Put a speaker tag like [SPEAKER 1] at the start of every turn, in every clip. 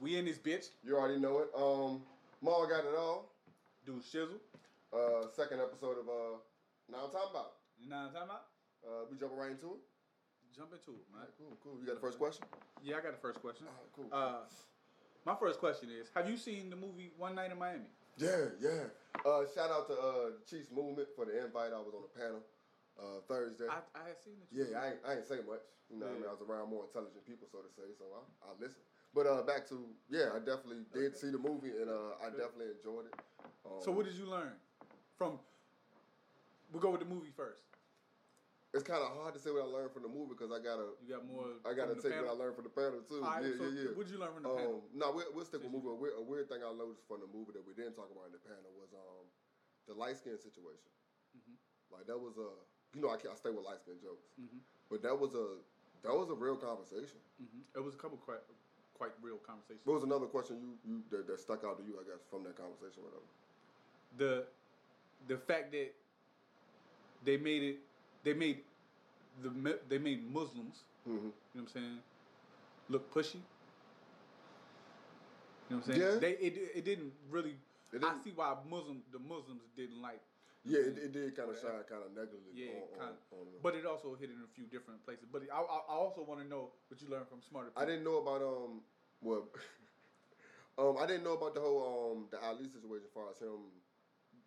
[SPEAKER 1] We in this bitch.
[SPEAKER 2] You already know it. Um, Maul got it all.
[SPEAKER 1] Dude Shizzle.
[SPEAKER 2] Uh, second episode of uh, now I'm talking about.
[SPEAKER 1] You know what I'm talking about?
[SPEAKER 2] Uh, we jumping right into it.
[SPEAKER 1] Jump into it,
[SPEAKER 2] All
[SPEAKER 1] man.
[SPEAKER 2] right, cool, cool. You got the first question.
[SPEAKER 1] Yeah, I got the first question.
[SPEAKER 2] All right, cool.
[SPEAKER 1] Uh, my first question is: Have you seen the movie One Night in Miami?
[SPEAKER 2] yeah, yeah. Uh, shout out to uh Chiefs Movement for the invite. I was on the panel uh, Thursday.
[SPEAKER 1] I, I had seen it.
[SPEAKER 2] Yeah, I ain't, I ain't say much. You know, what I
[SPEAKER 1] Yeah.
[SPEAKER 2] mean, I was around more intelligent people, so to say. So I, I listened. But uh, back to yeah, I definitely did see the movie, and uh, I definitely enjoyed it. Um,
[SPEAKER 1] So what did you learn from? We'll go with the movie first.
[SPEAKER 2] it's kind of hard to say what I learned from the movie because I gotta,
[SPEAKER 1] You got more.
[SPEAKER 2] I gotta
[SPEAKER 1] from the
[SPEAKER 2] take
[SPEAKER 1] panel?
[SPEAKER 2] what I learned from the panel too.
[SPEAKER 1] All right,
[SPEAKER 2] yeah,
[SPEAKER 1] so
[SPEAKER 2] yeah, yeah.
[SPEAKER 1] what did you learn from the
[SPEAKER 2] um,
[SPEAKER 1] panel?
[SPEAKER 2] No, we'll, we'll stick
[SPEAKER 1] Did
[SPEAKER 2] with
[SPEAKER 1] you-
[SPEAKER 2] movie. A weird, a weird thing I noticed from the movie that we didn't talk about in the panel was um, the light skin situation.
[SPEAKER 1] Mm-hmm.
[SPEAKER 2] Like that was a, you know, I, can't, I stay with light skin jokes,
[SPEAKER 1] Mm-hmm,
[SPEAKER 2] but that was a, that was a real conversation.
[SPEAKER 1] Mhm. It was a couple quite, quite real conversations.
[SPEAKER 2] What was another question you, you that, that stuck out to you? I guess from that conversation, or whatever.
[SPEAKER 1] the the fact that they made it they made the mu- they made Muslims you
[SPEAKER 2] Mhm.
[SPEAKER 1] know what I'm saying look pushy you know what I'm saying
[SPEAKER 2] Yeah.
[SPEAKER 1] they it, it didn't really
[SPEAKER 2] It
[SPEAKER 1] I
[SPEAKER 2] didn't-
[SPEAKER 1] see why Muslim the Muslims didn't like
[SPEAKER 2] Yeah, it, it did kind of shine kind of negatively.
[SPEAKER 1] yeah
[SPEAKER 2] on,
[SPEAKER 1] kind
[SPEAKER 2] on, on,
[SPEAKER 1] but it also hit it in a few different places but I, I, I also want to know what you learned from smarter people
[SPEAKER 2] I didn't know about um well um I didn't know about the whole um the Ali situation as far as him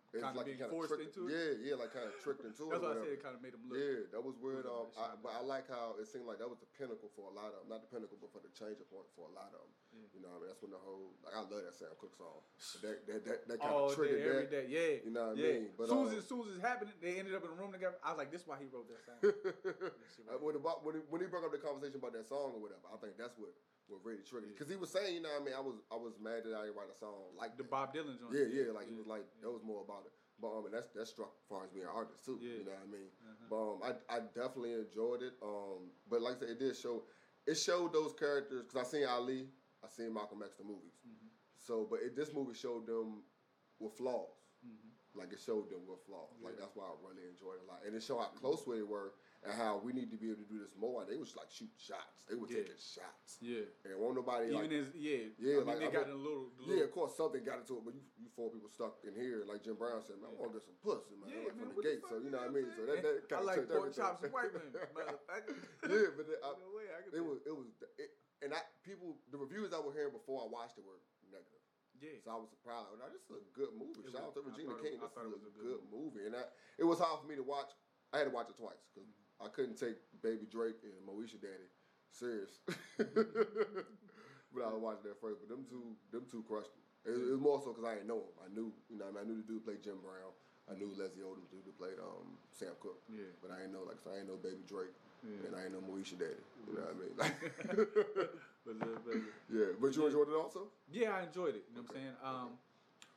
[SPEAKER 2] it's
[SPEAKER 1] Kinda
[SPEAKER 2] he
[SPEAKER 1] being forced
[SPEAKER 2] tricked,
[SPEAKER 1] into
[SPEAKER 2] it. Yeah, yeah, like kind of tricked into it.
[SPEAKER 1] that's why I
[SPEAKER 2] or
[SPEAKER 1] said
[SPEAKER 2] whatever.
[SPEAKER 1] it kind of made them look
[SPEAKER 2] Yeah, that was weird.
[SPEAKER 1] Look at
[SPEAKER 2] Um,
[SPEAKER 1] that
[SPEAKER 2] I,
[SPEAKER 1] shit.
[SPEAKER 2] but I like how it seemed like that was the pinnacle for a lot of them. Not the pinnacle, but for the changing point for a lot of them.
[SPEAKER 1] Mm.
[SPEAKER 2] You know, what I mean, that's when the whole like I love that Sam Cooke song. But That that that, that kind
[SPEAKER 1] all day,
[SPEAKER 2] of triggered
[SPEAKER 1] every
[SPEAKER 2] that.
[SPEAKER 1] day. Yeah,
[SPEAKER 2] You know what I
[SPEAKER 1] yeah.
[SPEAKER 2] mean? But,
[SPEAKER 1] soon as
[SPEAKER 2] um,
[SPEAKER 1] it- soon as it's happening, they ended up in a room together. I was like, this is why he wrote that song. This shit right
[SPEAKER 2] Uh, when, about, when, he, when he brought up the conversation about that song or whatever, I think that's what, what really triggered it. Because he was saying, you know what I mean, I was I was mad that I didn't write a song like
[SPEAKER 1] The
[SPEAKER 2] that.
[SPEAKER 1] Bob Dylan joint.
[SPEAKER 2] Yeah, yeah, like he was like that was more about it. But um, and that's that struck far as being an artist too.
[SPEAKER 1] Yeah. Uh-huh.
[SPEAKER 2] You know what I mean? But um, I I definitely enjoyed it. Um, but like I said, it did show, it showed those characters because I seen Ali, I seen Malcolm X the movies.
[SPEAKER 1] Mm-hmm.
[SPEAKER 2] So, but it, this movie showed them with flaws.
[SPEAKER 1] Mm-hmm.
[SPEAKER 2] Like it showed them with flaws. Like that's why I really enjoyed it a lot, and it showed how close we were and how we need to be able to do this more. They was like shooting shots. They were
[SPEAKER 1] Yeah.
[SPEAKER 2] taking shots.
[SPEAKER 1] Yeah.
[SPEAKER 2] And won't nobody
[SPEAKER 1] Even
[SPEAKER 2] like,
[SPEAKER 1] as yeah, I
[SPEAKER 2] yeah,
[SPEAKER 1] mean,
[SPEAKER 2] like,
[SPEAKER 1] they
[SPEAKER 2] I
[SPEAKER 1] got
[SPEAKER 2] bet-
[SPEAKER 1] in a little, the
[SPEAKER 2] yeah,
[SPEAKER 1] little
[SPEAKER 2] of course something got into it, but you, you four people stuck in here, like Jim Brown said, man, I want to get some pussy, man.
[SPEAKER 1] yeah, man,
[SPEAKER 2] Like, from the
[SPEAKER 1] what the
[SPEAKER 2] gate,
[SPEAKER 1] fuck
[SPEAKER 2] so you
[SPEAKER 1] is
[SPEAKER 2] know what I
[SPEAKER 1] I'm
[SPEAKER 2] mean. So
[SPEAKER 1] saying?
[SPEAKER 2] that, that
[SPEAKER 1] I
[SPEAKER 2] kind of
[SPEAKER 1] like
[SPEAKER 2] changed
[SPEAKER 1] pork
[SPEAKER 2] everything.
[SPEAKER 1] chops and white women, motherfucker.
[SPEAKER 2] yeah, but then I,
[SPEAKER 1] No way, I could
[SPEAKER 2] it
[SPEAKER 1] be-
[SPEAKER 2] was it was it, and I people the reviews I were hearing before I watched it were negative.
[SPEAKER 1] Yeah.
[SPEAKER 2] So I was surprised. Now this is a good movie.
[SPEAKER 1] It
[SPEAKER 2] Shout out
[SPEAKER 1] was- I
[SPEAKER 2] to Regina
[SPEAKER 1] thought it-
[SPEAKER 2] King.
[SPEAKER 1] I
[SPEAKER 2] This is a
[SPEAKER 1] thought it
[SPEAKER 2] good,
[SPEAKER 1] was a good
[SPEAKER 2] movie, and I, it was hard for me to watch. I had to watch it twice because
[SPEAKER 1] Mm-hmm.
[SPEAKER 2] I couldn't take Baby Drake and Moesha Daddy serious. but I was watching that first. But them two, them two crushed it. It, was- it was more so because I didn't know him. I knew, you know, I, mean, I knew the dude played Jim Brown. I knew Leslie Odom, the dude who played um, Sam Cooke.
[SPEAKER 1] Yeah.
[SPEAKER 2] But I didn't know, like, so I didn't know Baby Drake,
[SPEAKER 1] Yeah.
[SPEAKER 2] and I didn't know Moesha Daddy. You know what I mean? Like,
[SPEAKER 1] But, uh, but, uh,
[SPEAKER 2] yeah. But you enjoyed it also.
[SPEAKER 1] Yeah, I enjoyed it. You know what I'm saying? Um,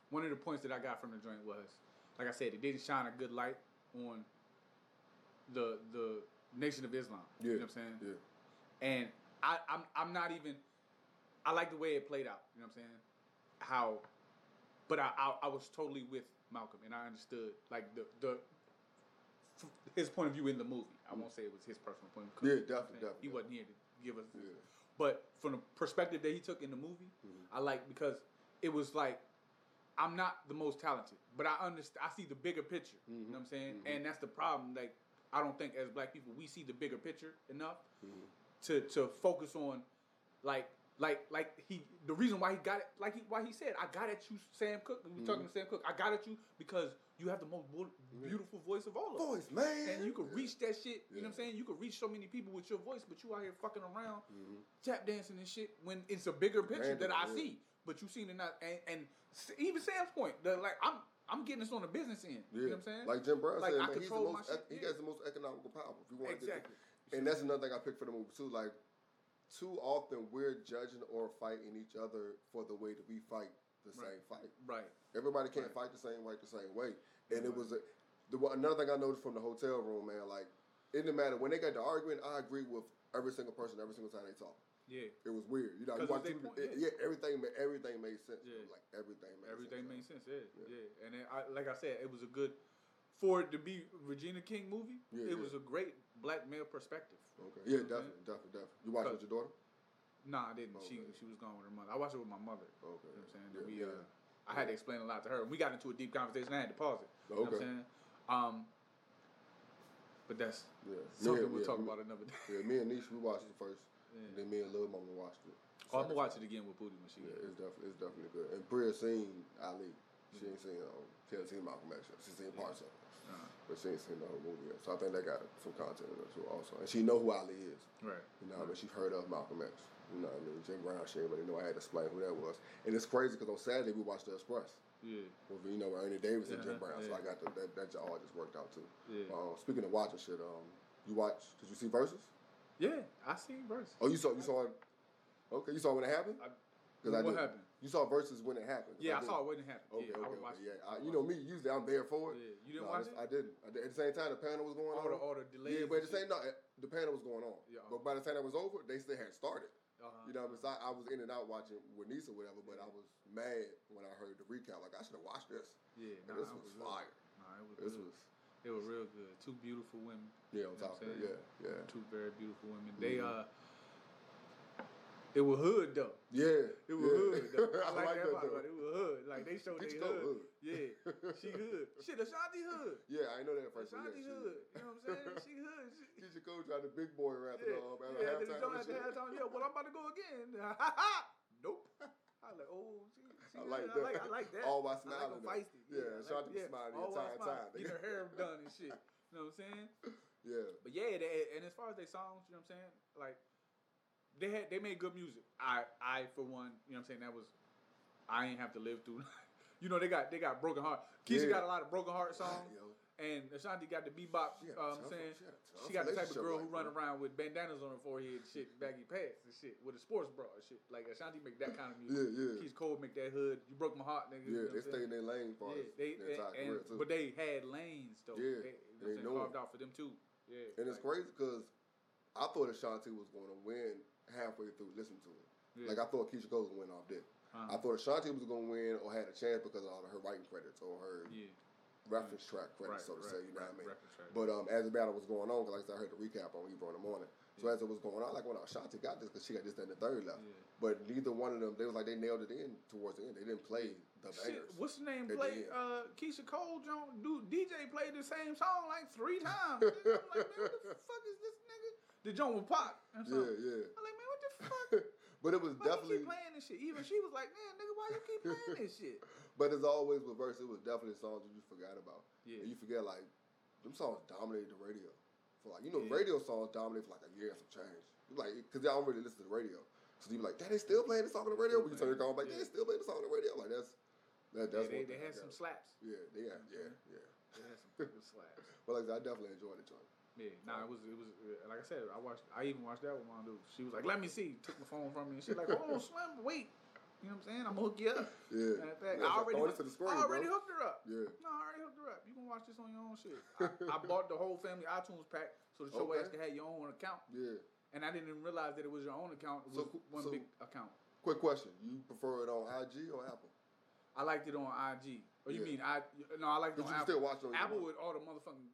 [SPEAKER 1] one of the points that I got from the joint was, like I said, it didn't shine a good light on the the Nation of Islam.
[SPEAKER 2] Yeah.
[SPEAKER 1] You know what I'm saying?
[SPEAKER 2] Yeah.
[SPEAKER 1] And I, I'm I'm not even I like the way it played out, you know what I'm saying? How but I I, I was totally with Malcolm and I understood like the the f- his point of view in the movie. I won't say it was his personal point of view.
[SPEAKER 2] Mm. Yeah,
[SPEAKER 1] you know what I'm
[SPEAKER 2] definitely,
[SPEAKER 1] saying? He
[SPEAKER 2] definitely.
[SPEAKER 1] wasn't here to give us
[SPEAKER 2] Yeah. Mm-hmm.
[SPEAKER 1] but from the perspective that he took in the movie, I like because it was like I'm not the most talented, but I understand. I see the bigger picture. You know
[SPEAKER 2] Mm-hmm.
[SPEAKER 1] what I'm saying? And that's the problem. Like I don't think as black people we see the bigger picture enough
[SPEAKER 2] Mm-hmm.
[SPEAKER 1] to to focus on like like like he the reason why he got it like he why he said I got at you Sam Cook. We were talking
[SPEAKER 2] Mm-hmm.
[SPEAKER 1] to Sam Cook. I got at you because you have the most bu- beautiful voice of all of us.
[SPEAKER 2] Voice, man.
[SPEAKER 1] And you can reach that shit. You know what I'm
[SPEAKER 2] Yeah.
[SPEAKER 1] saying? You can reach so many people with your voice, but you out here fucking around, tap dancing and shit when it's a bigger picture
[SPEAKER 2] Mm-hmm. Random,
[SPEAKER 1] that I
[SPEAKER 2] yeah.
[SPEAKER 1] see. But you seen it not, and, and s- even Sam's point, the, like I'm, I'm getting this on the business end. You know what I'm saying?
[SPEAKER 2] Like Jim Brown
[SPEAKER 1] Like,
[SPEAKER 2] said,
[SPEAKER 1] I
[SPEAKER 2] man, he's the
[SPEAKER 1] control my
[SPEAKER 2] most
[SPEAKER 1] shit,
[SPEAKER 2] ec- he
[SPEAKER 1] yeah.
[SPEAKER 2] has the most economical power. If you want
[SPEAKER 1] Exactly.
[SPEAKER 2] to get and that's another thing I picked for the movie too. Like too often we're judging or fighting each other for the way that we fight the same fight.
[SPEAKER 1] right.
[SPEAKER 2] Everybody can't fight the same way the same way. And it was a, the, one- another thing I noticed from the hotel room, man. Like it didn't matter when they got the argument. I agree with every single person every single time they talk.
[SPEAKER 1] Yeah.
[SPEAKER 2] It was weird, you know. You
[SPEAKER 1] 'Cause
[SPEAKER 2] watch
[SPEAKER 1] it's
[SPEAKER 2] TV,
[SPEAKER 1] their
[SPEAKER 2] it,
[SPEAKER 1] point,
[SPEAKER 2] yeah,
[SPEAKER 1] yeah.
[SPEAKER 2] everything, ma- everything made sense.
[SPEAKER 1] Yeah.
[SPEAKER 2] Like everything made
[SPEAKER 1] Everything made
[SPEAKER 2] sense.
[SPEAKER 1] sense. Yeah, yeah. And then I, like I said, it was a good for it to be Regina King movie.
[SPEAKER 2] Yeah,
[SPEAKER 1] it
[SPEAKER 2] yeah.
[SPEAKER 1] was a great black male perspective.
[SPEAKER 2] Okay. Yeah, definitely, definitely, definitely. You watch with
[SPEAKER 1] Cause-
[SPEAKER 2] your daughter?
[SPEAKER 1] Nah, I didn't. She
[SPEAKER 2] Okay.
[SPEAKER 1] she was gone with her mother. I watched it with my mother.
[SPEAKER 2] Okay.
[SPEAKER 1] You know what I'm saying?
[SPEAKER 2] Yeah,
[SPEAKER 1] we,
[SPEAKER 2] yeah.
[SPEAKER 1] uh, I had to explain a lot to her. We got into a deep conversation. I had to pause it. You know what I'm
[SPEAKER 2] Okay.
[SPEAKER 1] saying? Um, but that's
[SPEAKER 2] Yeah.
[SPEAKER 1] something
[SPEAKER 2] Me and-
[SPEAKER 1] we'll
[SPEAKER 2] yeah,
[SPEAKER 1] talk
[SPEAKER 2] me-
[SPEAKER 1] about another day.
[SPEAKER 2] Yeah, me and Nish, we watched it first.
[SPEAKER 1] Yeah.
[SPEAKER 2] Then me and Lil Mama watched it.
[SPEAKER 1] Oh, I'm gonna
[SPEAKER 2] Second.
[SPEAKER 1] watch it again with Booty when she.
[SPEAKER 2] Yeah, it's definitely it's definitely good. And Bria seen Ali. She ain't seen um, she hasn't seen Malcolm X. yet. She's seen parts of it,
[SPEAKER 1] Uh,
[SPEAKER 2] but she ain't seen the whole movie yet. So I think they got some content in there too, also. And she know who Ali is,
[SPEAKER 1] right.
[SPEAKER 2] you know. But she heard of Malcolm X. You know what I mean? Jim Brown. She ain't really know. I had to explain who that was. And it's crazy because on Saturday we watched The Express.
[SPEAKER 1] Yeah.
[SPEAKER 2] With, you know Ernie Davis and Jim
[SPEAKER 1] Uh-huh,
[SPEAKER 2] Brown.
[SPEAKER 1] yeah.
[SPEAKER 2] So I got the, that that all just worked out too.
[SPEAKER 1] Yeah.
[SPEAKER 2] Uh, speaking of watching shit, um, you watch? Did you see Versus?
[SPEAKER 1] Yeah. I seen verse.
[SPEAKER 2] Oh, you saw you saw it. Okay, you saw when it happened.
[SPEAKER 1] I-
[SPEAKER 2] 'Cause
[SPEAKER 1] what
[SPEAKER 2] did.
[SPEAKER 1] happened?
[SPEAKER 2] You saw Versus when it happened. 'cause
[SPEAKER 1] Yeah, I
[SPEAKER 2] did.
[SPEAKER 1] saw it wouldn't happen.
[SPEAKER 2] Okay,
[SPEAKER 1] yeah,
[SPEAKER 2] okay,
[SPEAKER 1] I would
[SPEAKER 2] okay,
[SPEAKER 1] watch it. I
[SPEAKER 2] yeah. I,
[SPEAKER 1] would
[SPEAKER 2] you know
[SPEAKER 1] watch
[SPEAKER 2] me, usually I'm there for
[SPEAKER 1] it.
[SPEAKER 2] it.
[SPEAKER 1] Yeah. You didn't
[SPEAKER 2] No,
[SPEAKER 1] watch
[SPEAKER 2] this-
[SPEAKER 1] it?
[SPEAKER 2] I didn't. I did. At the same time, the panel was going
[SPEAKER 1] all the
[SPEAKER 2] on.
[SPEAKER 1] all the delays.
[SPEAKER 2] yeah, but at
[SPEAKER 1] and
[SPEAKER 2] the same
[SPEAKER 1] shit.
[SPEAKER 2] no, eh, the panel was going on.
[SPEAKER 1] Yeah, uh-huh.
[SPEAKER 2] But by the time it was over, they still had started.
[SPEAKER 1] Uh-huh.
[SPEAKER 2] You know, what I mean? so I, I was in and out watching with Nisa or whatever. But I was mad when I heard the recap. Like I should have watched this.
[SPEAKER 1] Yeah,
[SPEAKER 2] Like,
[SPEAKER 1] nah, it
[SPEAKER 2] this was
[SPEAKER 1] was good.
[SPEAKER 2] fire.
[SPEAKER 1] Nah, it was
[SPEAKER 2] This
[SPEAKER 1] good.
[SPEAKER 2] was
[SPEAKER 1] They were real good. Two beautiful women.
[SPEAKER 2] yeah on
[SPEAKER 1] You know what
[SPEAKER 2] top
[SPEAKER 1] I'm
[SPEAKER 2] of it.
[SPEAKER 1] saying?
[SPEAKER 2] Yeah, yeah,
[SPEAKER 1] Two very beautiful women. They
[SPEAKER 2] Mhm.
[SPEAKER 1] uh, it was hood though.
[SPEAKER 2] yeah.
[SPEAKER 1] It was hood. Though. I, like that
[SPEAKER 2] though.
[SPEAKER 1] about it. It was hood. Like they showed
[SPEAKER 2] Bitch
[SPEAKER 1] they
[SPEAKER 2] go
[SPEAKER 1] hood.
[SPEAKER 2] hood.
[SPEAKER 1] Yeah, she hood. Shit, Ashanti hood.
[SPEAKER 2] Yeah, I know that at first. but
[SPEAKER 1] Ashanti
[SPEAKER 2] yeah, she-
[SPEAKER 1] hood. You know what I'm saying? She hood. She,
[SPEAKER 2] Keisha Cole tried the big boy rap
[SPEAKER 1] yeah,
[SPEAKER 2] yeah. um, at
[SPEAKER 1] yeah.
[SPEAKER 2] yeah,
[SPEAKER 1] After the joint,
[SPEAKER 2] halftime. and
[SPEAKER 1] after
[SPEAKER 2] shit.
[SPEAKER 1] halftime, yeah. Well, I'm about to go again. nope. I was like, oh, she, she
[SPEAKER 2] I
[SPEAKER 1] hood. I like,
[SPEAKER 2] like
[SPEAKER 1] I
[SPEAKER 2] that.
[SPEAKER 1] like that.
[SPEAKER 2] All
[SPEAKER 1] I like
[SPEAKER 2] while
[SPEAKER 1] 'em
[SPEAKER 2] smiling. though.
[SPEAKER 1] feisty.
[SPEAKER 2] Yeah,
[SPEAKER 1] I like
[SPEAKER 2] shout out
[SPEAKER 1] them-
[SPEAKER 2] to Smiley,
[SPEAKER 1] all
[SPEAKER 2] entire
[SPEAKER 1] white
[SPEAKER 2] time.
[SPEAKER 1] Get her hair done and shit. You know what I'm saying?
[SPEAKER 2] Yeah.
[SPEAKER 1] But yeah, they, and as far as their songs, you know what I'm saying? Like they had they made good music. I I for one, you know what I'm saying, that was I ain't have to live through You know, they got they got broken heart. Keisha
[SPEAKER 2] Yeah.
[SPEAKER 1] got a lot of broken heart songs
[SPEAKER 2] Yo,
[SPEAKER 1] and Ashanti got the bebop,
[SPEAKER 2] she had a
[SPEAKER 1] uh, I'm
[SPEAKER 2] tough-
[SPEAKER 1] saying.
[SPEAKER 2] had a tough
[SPEAKER 1] She got the type of
[SPEAKER 2] relationship
[SPEAKER 1] girl
[SPEAKER 2] like
[SPEAKER 1] who run
[SPEAKER 2] that.
[SPEAKER 1] around with bandanas on her forehead and shit, baggy pants and shit, with a sports bra and shit. Like Ashanti make that kind of music.
[SPEAKER 2] Yeah, yeah.
[SPEAKER 1] Keisha Cole make that hood. You broke my heart, nigga. you know
[SPEAKER 2] Yeah,
[SPEAKER 1] what
[SPEAKER 2] they
[SPEAKER 1] I'm saying?
[SPEAKER 2] stay in their lane for
[SPEAKER 1] Yeah, they,
[SPEAKER 2] their entire
[SPEAKER 1] and,
[SPEAKER 2] career too.
[SPEAKER 1] but they had lanes though.
[SPEAKER 2] Yeah,
[SPEAKER 1] they,
[SPEAKER 2] they
[SPEAKER 1] you know what I'm saying,
[SPEAKER 2] know 'em.
[SPEAKER 1] carved out for them too. Yeah,
[SPEAKER 2] and it's
[SPEAKER 1] like,
[SPEAKER 2] crazy because I thought Ashanti was going to win halfway through listening to it.
[SPEAKER 1] yeah.
[SPEAKER 2] Like I thought Keisha Cole was going to win off that.
[SPEAKER 1] Uh-huh.
[SPEAKER 2] I thought Ashanti was going to win or had a chance because of all of her writing credits or her
[SPEAKER 1] yeah,
[SPEAKER 2] reference track
[SPEAKER 1] right,
[SPEAKER 2] credits, so to
[SPEAKER 1] right,
[SPEAKER 2] say. You know
[SPEAKER 1] right,
[SPEAKER 2] what I mean?
[SPEAKER 1] record track.
[SPEAKER 2] But um, as the battle was going on, 'cause like I said, I heard the recap on Ebro in the morning. So as it was going on, like when Ashanti got this because she got this that, and the third left.
[SPEAKER 1] Yeah.
[SPEAKER 2] But neither one of them, they was like they nailed it in towards the end. They didn't play the
[SPEAKER 1] Shit,
[SPEAKER 2] bangers.
[SPEAKER 1] what's the name?
[SPEAKER 2] They
[SPEAKER 1] Played
[SPEAKER 2] did.
[SPEAKER 1] uh, Keisha Cole. John, dude, DJ played the same song like three times. nigga. I'm like, man, what the fuck is this nigga? The joint with Pac. And so,
[SPEAKER 2] yeah,
[SPEAKER 1] I'm like, man, what the fuck?
[SPEAKER 2] yeah. but it was
[SPEAKER 1] Why you
[SPEAKER 2] definitely.
[SPEAKER 1] keep playing this shit? Even she was like, man, nigga, why you keep playing this shit?
[SPEAKER 2] But as always with verse, it was definitely songs that you forgot about.
[SPEAKER 1] Yeah,
[SPEAKER 2] And you forget like them songs dominated the radio. For like you know,
[SPEAKER 1] Yeah.
[SPEAKER 2] radio songs dominated for like a year and some change. You Like because I don't really listen to the radio, so you be like, "That they still playing the song on the radio."
[SPEAKER 1] Still
[SPEAKER 2] When you turn your
[SPEAKER 1] playing,
[SPEAKER 2] phone, like, "They
[SPEAKER 1] yeah.
[SPEAKER 2] still playing the song on the radio." Like that's that,
[SPEAKER 1] yeah
[SPEAKER 2] that's
[SPEAKER 1] they,
[SPEAKER 2] one
[SPEAKER 1] they
[SPEAKER 2] thing I
[SPEAKER 1] had
[SPEAKER 2] got.
[SPEAKER 1] some Mm-hmm. slaps.
[SPEAKER 2] Yeah, they had, yeah, yeah.
[SPEAKER 1] They had some fucking slaps.
[SPEAKER 2] But like I said, I definitely enjoyed it, John.
[SPEAKER 1] Yeah, nah, it was it was uh, like I said, I watched I even watched that with my dude. She was like, Let me see, took my phone from me and she like, Hold on, Slim, wait. You know what I'm saying? I'm gonna hook you up. Matter
[SPEAKER 2] Yeah,
[SPEAKER 1] of fact, I
[SPEAKER 2] Yeah, so
[SPEAKER 1] already, hooked,
[SPEAKER 2] throw Oh, this to the screen,
[SPEAKER 1] I already
[SPEAKER 2] bro.
[SPEAKER 1] hooked her up.
[SPEAKER 2] Yeah,
[SPEAKER 1] No, I already hooked her up. You can watch this on your own shit. I, I bought the whole family iTunes pack so that your
[SPEAKER 2] Okay.
[SPEAKER 1] ass can have your own account.
[SPEAKER 2] yeah.
[SPEAKER 1] And I didn't even realize that it was your own account. It was
[SPEAKER 2] So who-
[SPEAKER 1] one
[SPEAKER 2] so-
[SPEAKER 1] big account.
[SPEAKER 2] Quick question: You prefer it on IG or Apple?
[SPEAKER 1] I liked it on IG. Oh, you
[SPEAKER 2] Yeah.
[SPEAKER 1] mean I? No, I liked it
[SPEAKER 2] But
[SPEAKER 1] on Apple.
[SPEAKER 2] you can still watch it on your
[SPEAKER 1] Apple
[SPEAKER 2] phone.
[SPEAKER 1] with all the motherfucking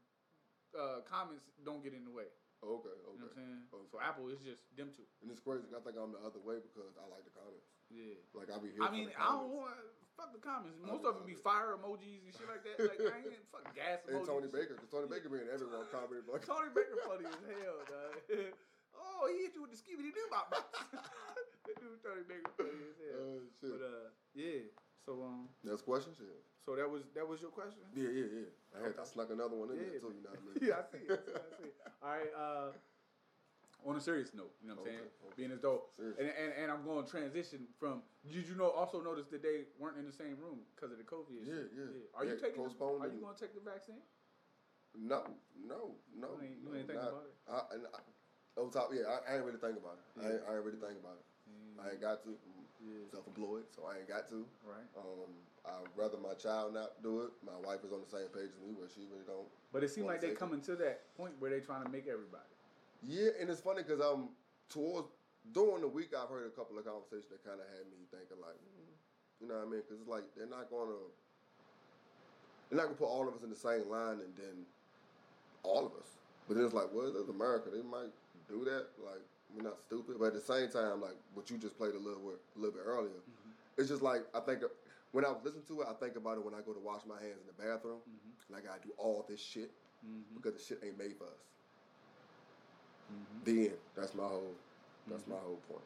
[SPEAKER 1] uh, comments don't get in the way.
[SPEAKER 2] Oh, okay,
[SPEAKER 1] You know what
[SPEAKER 2] okay.
[SPEAKER 1] I'm saying?
[SPEAKER 2] Okay.
[SPEAKER 1] So Apple is just them two.
[SPEAKER 2] And it's crazy. 'cause I think I'm the other way because I like the comments.
[SPEAKER 1] Yeah.
[SPEAKER 2] Like I be here.
[SPEAKER 1] I
[SPEAKER 2] for
[SPEAKER 1] mean,
[SPEAKER 2] the
[SPEAKER 1] I don't
[SPEAKER 2] comments.
[SPEAKER 1] want fuck the comments.
[SPEAKER 2] I
[SPEAKER 1] Most
[SPEAKER 2] don't
[SPEAKER 1] of it be
[SPEAKER 2] want it.
[SPEAKER 1] fire emojis and shit like that. Like I ain't fuck gas emojis.
[SPEAKER 2] And Tony
[SPEAKER 1] and
[SPEAKER 2] Baker, 'cause Tony Baker being everyone commented,
[SPEAKER 1] shit.
[SPEAKER 2] like,
[SPEAKER 1] Tony Baker funny as hell, dog. oh, he hit you with the skibidi doo bop. bop. That dude Tony Baker funny as hell.
[SPEAKER 2] oh shit.
[SPEAKER 1] but uh, yeah. So um,
[SPEAKER 2] That's questions. Yeah.
[SPEAKER 1] so that was that was your question.
[SPEAKER 2] Yeah, yeah, yeah. I had I snuck another one in
[SPEAKER 1] Yeah.
[SPEAKER 2] there too. You know what I mean?
[SPEAKER 1] yeah, I see it. I see, it, I see it. All right. Uh, on a serious note, you know what I'm saying?
[SPEAKER 2] Okay, okay.
[SPEAKER 1] Being as though,
[SPEAKER 2] Serious.
[SPEAKER 1] and, and and I'm going to transition from. Did you know? Also notice that they weren't in the same room because of the COVID. shit.
[SPEAKER 2] Yeah, yeah.
[SPEAKER 1] Are you
[SPEAKER 2] Yeah,
[SPEAKER 1] taking? The,
[SPEAKER 2] postponed
[SPEAKER 1] are you
[SPEAKER 2] and-
[SPEAKER 1] going to take the vaccine?
[SPEAKER 2] No, no, no.
[SPEAKER 1] You ain't- you
[SPEAKER 2] no,
[SPEAKER 1] ain't thinking
[SPEAKER 2] not-
[SPEAKER 1] about it?
[SPEAKER 2] I, and I, over top, yeah. I, I ain't really think about it. I, ain't, I ain't really think about it. I ain't got to. I'm
[SPEAKER 1] yeah.
[SPEAKER 2] self-employed, so I ain't got to.
[SPEAKER 1] Right.
[SPEAKER 2] Um, I'd rather my child not do it. My wife is on the same page as me, where she really don't.
[SPEAKER 1] But it seems
[SPEAKER 2] Wanna
[SPEAKER 1] like they
[SPEAKER 2] take it?
[SPEAKER 1] coming to that point where they trying to make everybody.
[SPEAKER 2] Yeah, and it's funny because I'm towards during the week. I've heard a couple of conversations that kind of had me thinking, like, mm, you know what I mean? Because it's like they're not gonna they're not gonna put all of us in the same line and then all of us. But then it's like, well, that's America. They might do that. Like, we're not stupid, but at the same time, like what you just played a little bit, a little bit earlier, it's just like I think when I listen to it, I think about it when I go to wash my hands in the bathroom, and I gotta do all this shit because the shit ain't made for us. Mm-hmm. The end. That's my whole. That's my whole point.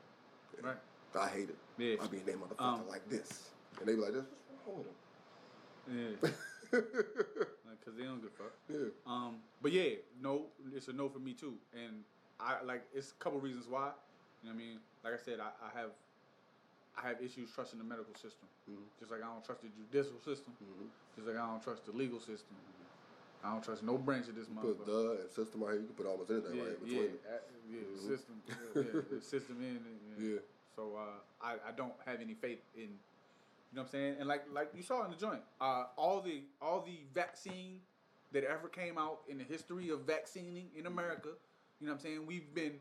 [SPEAKER 2] Yeah.
[SPEAKER 1] Right.
[SPEAKER 2] I hate it.
[SPEAKER 1] Yeah.
[SPEAKER 2] I be in that motherfucker
[SPEAKER 1] Um,
[SPEAKER 2] like this, and they be like, "This what's wrong
[SPEAKER 1] Yeah.
[SPEAKER 2] with him?"
[SPEAKER 1] Like, Cause they don't give a fuck.
[SPEAKER 2] yeah.
[SPEAKER 1] Um, but yeah, no, it's a no for me too. And I like it's a couple reasons why. You know what I mean? Like I said, I, I have I have issues trusting the medical system.
[SPEAKER 2] Mm-hmm.
[SPEAKER 1] Just like I don't trust the judicial system. Just like I don't trust the legal system. I don't trust no branch of this motherfucker.
[SPEAKER 2] Put the and system out here. You can put almost anything
[SPEAKER 1] Yeah,
[SPEAKER 2] right in between. Mm-hmm.
[SPEAKER 1] yeah, uh,
[SPEAKER 2] it.
[SPEAKER 1] yeah, system, yeah, yeah, the system in. and-
[SPEAKER 2] Yeah.
[SPEAKER 1] So uh, I, I don't have any faith in, you know what I'm saying? And like like you saw in the joint, uh, all the all the vaccine that ever came out in the history of vaccining in America, you know what I'm saying? We've been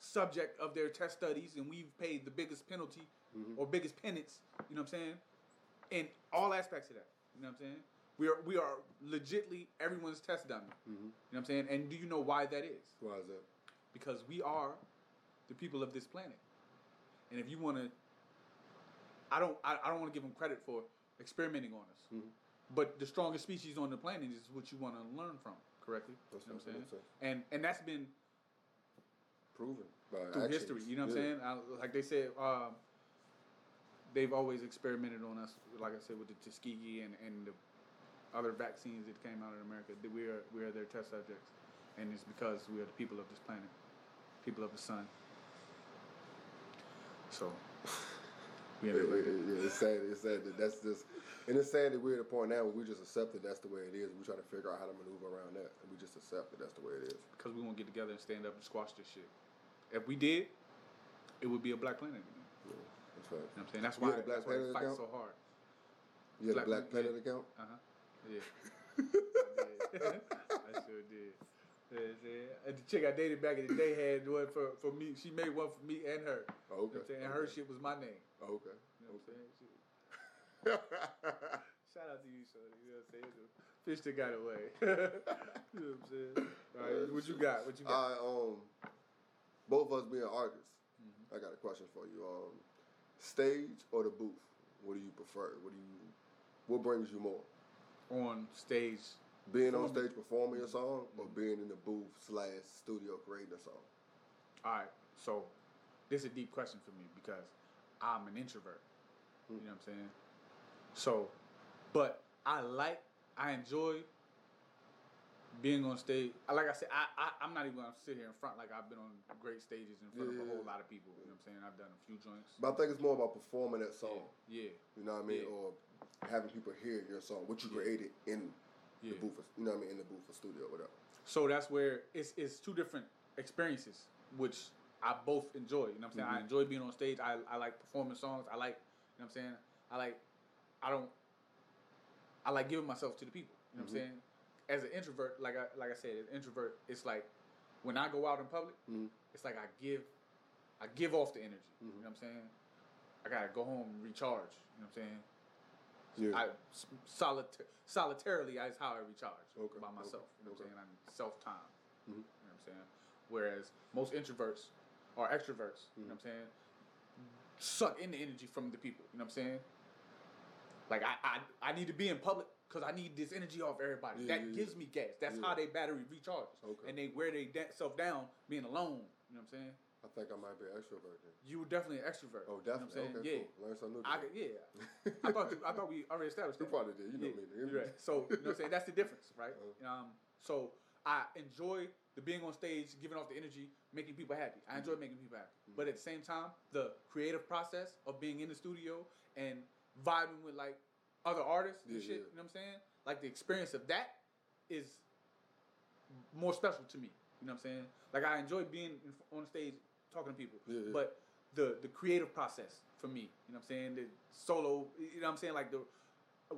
[SPEAKER 1] subject of their test studies and we've paid the biggest penalty
[SPEAKER 2] Mm-hmm.
[SPEAKER 1] or biggest penance, you know what I'm saying? In all aspects of that, you know what I'm saying? We are we are legitly everyone's test dummy. You know what I'm saying? And do you know why that is?
[SPEAKER 2] Mm-hmm. Why is that?
[SPEAKER 1] because we are the people of this planet. And if you want to, I don't, I, I don't want to give them credit for experimenting on us. But the strongest species on the planet is what you want to learn from, correctly? You
[SPEAKER 2] That's
[SPEAKER 1] know what I'm saying?
[SPEAKER 2] right, that's right.
[SPEAKER 1] And and that's been
[SPEAKER 2] Proven by
[SPEAKER 1] through
[SPEAKER 2] actions.
[SPEAKER 1] history. You know what
[SPEAKER 2] Yeah.
[SPEAKER 1] I'm saying? I, like they said, um, they've always experimented on us. Like I said, with the Tuskegee and, and the other vaccines that came out in America, that we are we are their test subjects, and it's because we are the people of this planet, people of the sun. So we have
[SPEAKER 2] It-
[SPEAKER 1] to
[SPEAKER 2] it- it- yeah, it's sad. It's sad that that's just, and it's sad that we're at a point now where we just accept that that's the way it is. We try to figure out how to maneuver around that, and we just accept that that's the way it is.
[SPEAKER 1] because we won't get together and stand up and squash this shit. If we did, it would be a black planet. Again.
[SPEAKER 2] Yeah, that's
[SPEAKER 1] You
[SPEAKER 2] right.
[SPEAKER 1] know what I'm saying? That's
[SPEAKER 2] Yeah,
[SPEAKER 1] why,
[SPEAKER 2] the Black
[SPEAKER 1] that's why they
[SPEAKER 2] Planet
[SPEAKER 1] fight
[SPEAKER 2] account.
[SPEAKER 1] so hard.
[SPEAKER 2] You had a
[SPEAKER 1] Black-
[SPEAKER 2] Black Planet
[SPEAKER 1] yeah.
[SPEAKER 2] account.
[SPEAKER 1] Uh huh. Yeah. I did. I sure did. Yeah, yeah. And the chick I dated back in the day had one for, for me. She made one for me and her. You know what
[SPEAKER 2] Oh, okay.
[SPEAKER 1] I'm saying? And her shit was my name.
[SPEAKER 2] Oh, okay.
[SPEAKER 1] You know what I'm saying? She-
[SPEAKER 2] Okay.
[SPEAKER 1] Shout out to you, Shorty. You know what I'm saying? The Fish that got away. you know what I'm saying? All right, what you got? What you got?
[SPEAKER 2] Uh, I um, both of us being artists,
[SPEAKER 1] Mm-hmm.
[SPEAKER 2] I got a question for you. Um, stage or the booth? What do you prefer? What do you? What brings you more? Uh,
[SPEAKER 1] On stage.
[SPEAKER 2] Being on
[SPEAKER 1] Performing.
[SPEAKER 2] stage performing a song, or
[SPEAKER 1] Mm-hmm.
[SPEAKER 2] being in the booth slash studio creating a song?
[SPEAKER 1] All right, so this is a deep question for me because I'm an introvert. You know what I'm saying? So, but I like, I enjoy being on stage. I- Like I said, I, I I'm not even gonna sit here in front like I've been on great stages in front of a
[SPEAKER 2] Yeah.
[SPEAKER 1] whole lot of people. You know what I'm saying? I've done a few joints.
[SPEAKER 2] But I think it's more about performing that song.
[SPEAKER 1] yeah,
[SPEAKER 2] You know what I mean?
[SPEAKER 1] Yeah.
[SPEAKER 2] Or having people hear your song, what you created in
[SPEAKER 1] yeah.
[SPEAKER 2] the booth. or- You know what I mean? In the booth or studio, whatever.
[SPEAKER 1] So that's where it's it's two different experiences, which I both enjoy. You know what I'm saying? I enjoy being on stage. I, I like performing songs. I like you know what I'm saying? I like I don't I like giving myself to the people. You know what I'm saying? As an introvert, like I like I said, as an introvert, it's like when I go out in public, it's like I give I give off the energy. You know what I'm saying? I gotta go home and recharge. You know what I'm saying?
[SPEAKER 2] Yeah.
[SPEAKER 1] I s- solita- solitarily is how I recharge
[SPEAKER 2] Okay,
[SPEAKER 1] by myself.
[SPEAKER 2] okay,
[SPEAKER 1] You know what
[SPEAKER 2] okay. Mm-hmm.
[SPEAKER 1] I'm saying? I'm self time. You know what I'm saying? Whereas most introverts or extroverts, you know what I'm saying,
[SPEAKER 2] Mm-hmm.
[SPEAKER 1] suck in the energy from the people. You know what I'm saying? Like I I, I need to be in public because I need this energy off everybody.
[SPEAKER 2] Yeah,
[SPEAKER 1] that
[SPEAKER 2] yeah,
[SPEAKER 1] gives me gas. That's how they battery recharge.
[SPEAKER 2] Okay.
[SPEAKER 1] And they wear their da- self down being alone. You know what I'm saying?
[SPEAKER 2] I think I might be an extrovert then.
[SPEAKER 1] You were definitely an extrovert.
[SPEAKER 2] Oh,
[SPEAKER 1] you know what I'm
[SPEAKER 2] definitely.
[SPEAKER 1] saying?
[SPEAKER 2] okay,
[SPEAKER 1] yeah.
[SPEAKER 2] cool. Learn something new.
[SPEAKER 1] I
[SPEAKER 2] today.
[SPEAKER 1] could- yeah. I thought I thought we already established.
[SPEAKER 2] You
[SPEAKER 1] that.
[SPEAKER 2] probably did. You know me.
[SPEAKER 1] You're right. So you know what I'm saying? That's the difference, right?
[SPEAKER 2] Uh-huh.
[SPEAKER 1] Um, so I enjoy the being on stage, giving off the energy, making people happy. I
[SPEAKER 2] Mm-hmm.
[SPEAKER 1] enjoy making people happy. But at the same time, the creative process of being in the studio and vibing with like other artists and
[SPEAKER 2] Yeah,
[SPEAKER 1] shit,
[SPEAKER 2] yeah.
[SPEAKER 1] you know what I'm saying? Like the experience of that is more special to me. You know what I'm saying? Like I enjoy being in, fr- on stage talking to people,
[SPEAKER 2] Yeah, yeah.
[SPEAKER 1] but the the creative process for me, you know what I'm saying? The solo, you know what I'm saying? Like the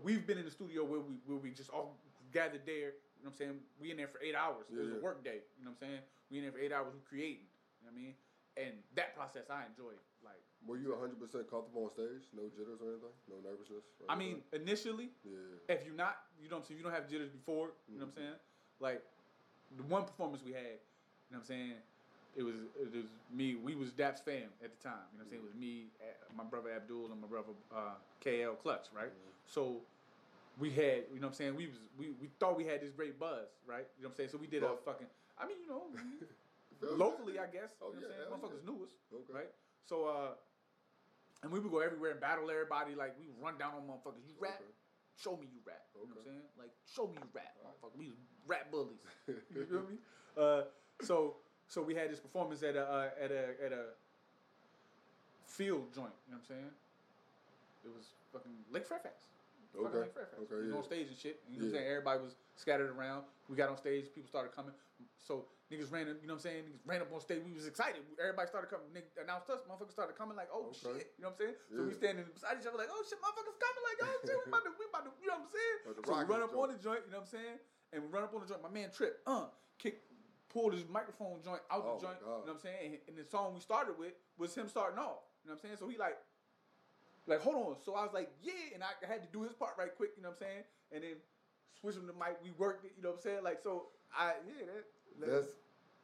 [SPEAKER 1] we've been in the studio where we where we just all gathered there. You know what I'm saying? We in there for eight hours. it was
[SPEAKER 2] Yeah.
[SPEAKER 1] a work day. You know what I'm saying? We in there for eight hours. We creating. You know what I mean? And that process I enjoy. Like
[SPEAKER 2] Were you 100% comfortable on stage? No jitters or anything? No nervousness? or
[SPEAKER 1] I mean,
[SPEAKER 2] anything?
[SPEAKER 1] initially,
[SPEAKER 2] yeah.
[SPEAKER 1] if you're not, you know what I'm saying, you don't have jitters before, you know what I'm saying? Like the one performance we had, you know what I'm saying, It was it was me. We was Daps fam at the time. You know what I'm saying? It was me, a- my brother Abdul, and my brother uh, KL Clutch, right? So we had, you know what I'm saying? We was we, we thought we had this great buzz, right? You know what I'm saying? So we did
[SPEAKER 2] Well-
[SPEAKER 1] a fucking. I mean, you know,
[SPEAKER 2] Feel
[SPEAKER 1] locally,
[SPEAKER 2] that?
[SPEAKER 1] I guess.
[SPEAKER 2] Oh,
[SPEAKER 1] you know
[SPEAKER 2] yeah,
[SPEAKER 1] what I'm
[SPEAKER 2] hell
[SPEAKER 1] saying? Motherfuckers knew
[SPEAKER 2] yeah.
[SPEAKER 1] us,
[SPEAKER 2] Okay.
[SPEAKER 1] right? So uh, and we would go everywhere and battle everybody. Like we run down on motherfuckers. You rap,
[SPEAKER 2] Okay.
[SPEAKER 1] show me you rap. You know what I'm
[SPEAKER 2] Okay.
[SPEAKER 1] saying? Like show me you rap,
[SPEAKER 2] Alright.
[SPEAKER 1] motherfucker. We was rap bullies. You feel me? Uh, so so we had this performance at a uh, at a at a field joint. You know what I'm saying? It was fucking Lake Fairfax. Fucking
[SPEAKER 2] Okay.
[SPEAKER 1] Lake Fairfax.
[SPEAKER 2] Okay,
[SPEAKER 1] we was
[SPEAKER 2] yeah.
[SPEAKER 1] on stage and shit. You know what I'm
[SPEAKER 2] Yeah.
[SPEAKER 1] saying? Everybody was scattered around. We got on stage. People started coming. So niggas ran. up- You know what I'm saying? Niggas ran up on stage. We was excited. Everybody started coming. Niggas announced us. Motherfuckers started coming. Like, oh
[SPEAKER 2] Okay.
[SPEAKER 1] shit. You know what I'm saying? So we
[SPEAKER 2] Yeah.
[SPEAKER 1] standing beside each other. Like, oh shit, motherfuckers coming. Like, oh shit, we about to, we about to. You know what I'm saying?
[SPEAKER 2] About to
[SPEAKER 1] So we
[SPEAKER 2] rock
[SPEAKER 1] run
[SPEAKER 2] this
[SPEAKER 1] up on
[SPEAKER 2] joint.
[SPEAKER 1] the joint. You know what I'm saying? And we run up on the joint. My man Trip, uh, kick, pulled his microphone joint out
[SPEAKER 2] Oh,
[SPEAKER 1] the joint.
[SPEAKER 2] God.
[SPEAKER 1] You know what I'm saying? And, and the song we started with was him starting off. You know what I'm saying? So he like, like hold on. So I was like, yeah, and I had to do his part right quick. You know what I'm saying? And then switch him to mic. We worked it. You know what I'm saying? Like so, I yeah that. that-
[SPEAKER 2] That's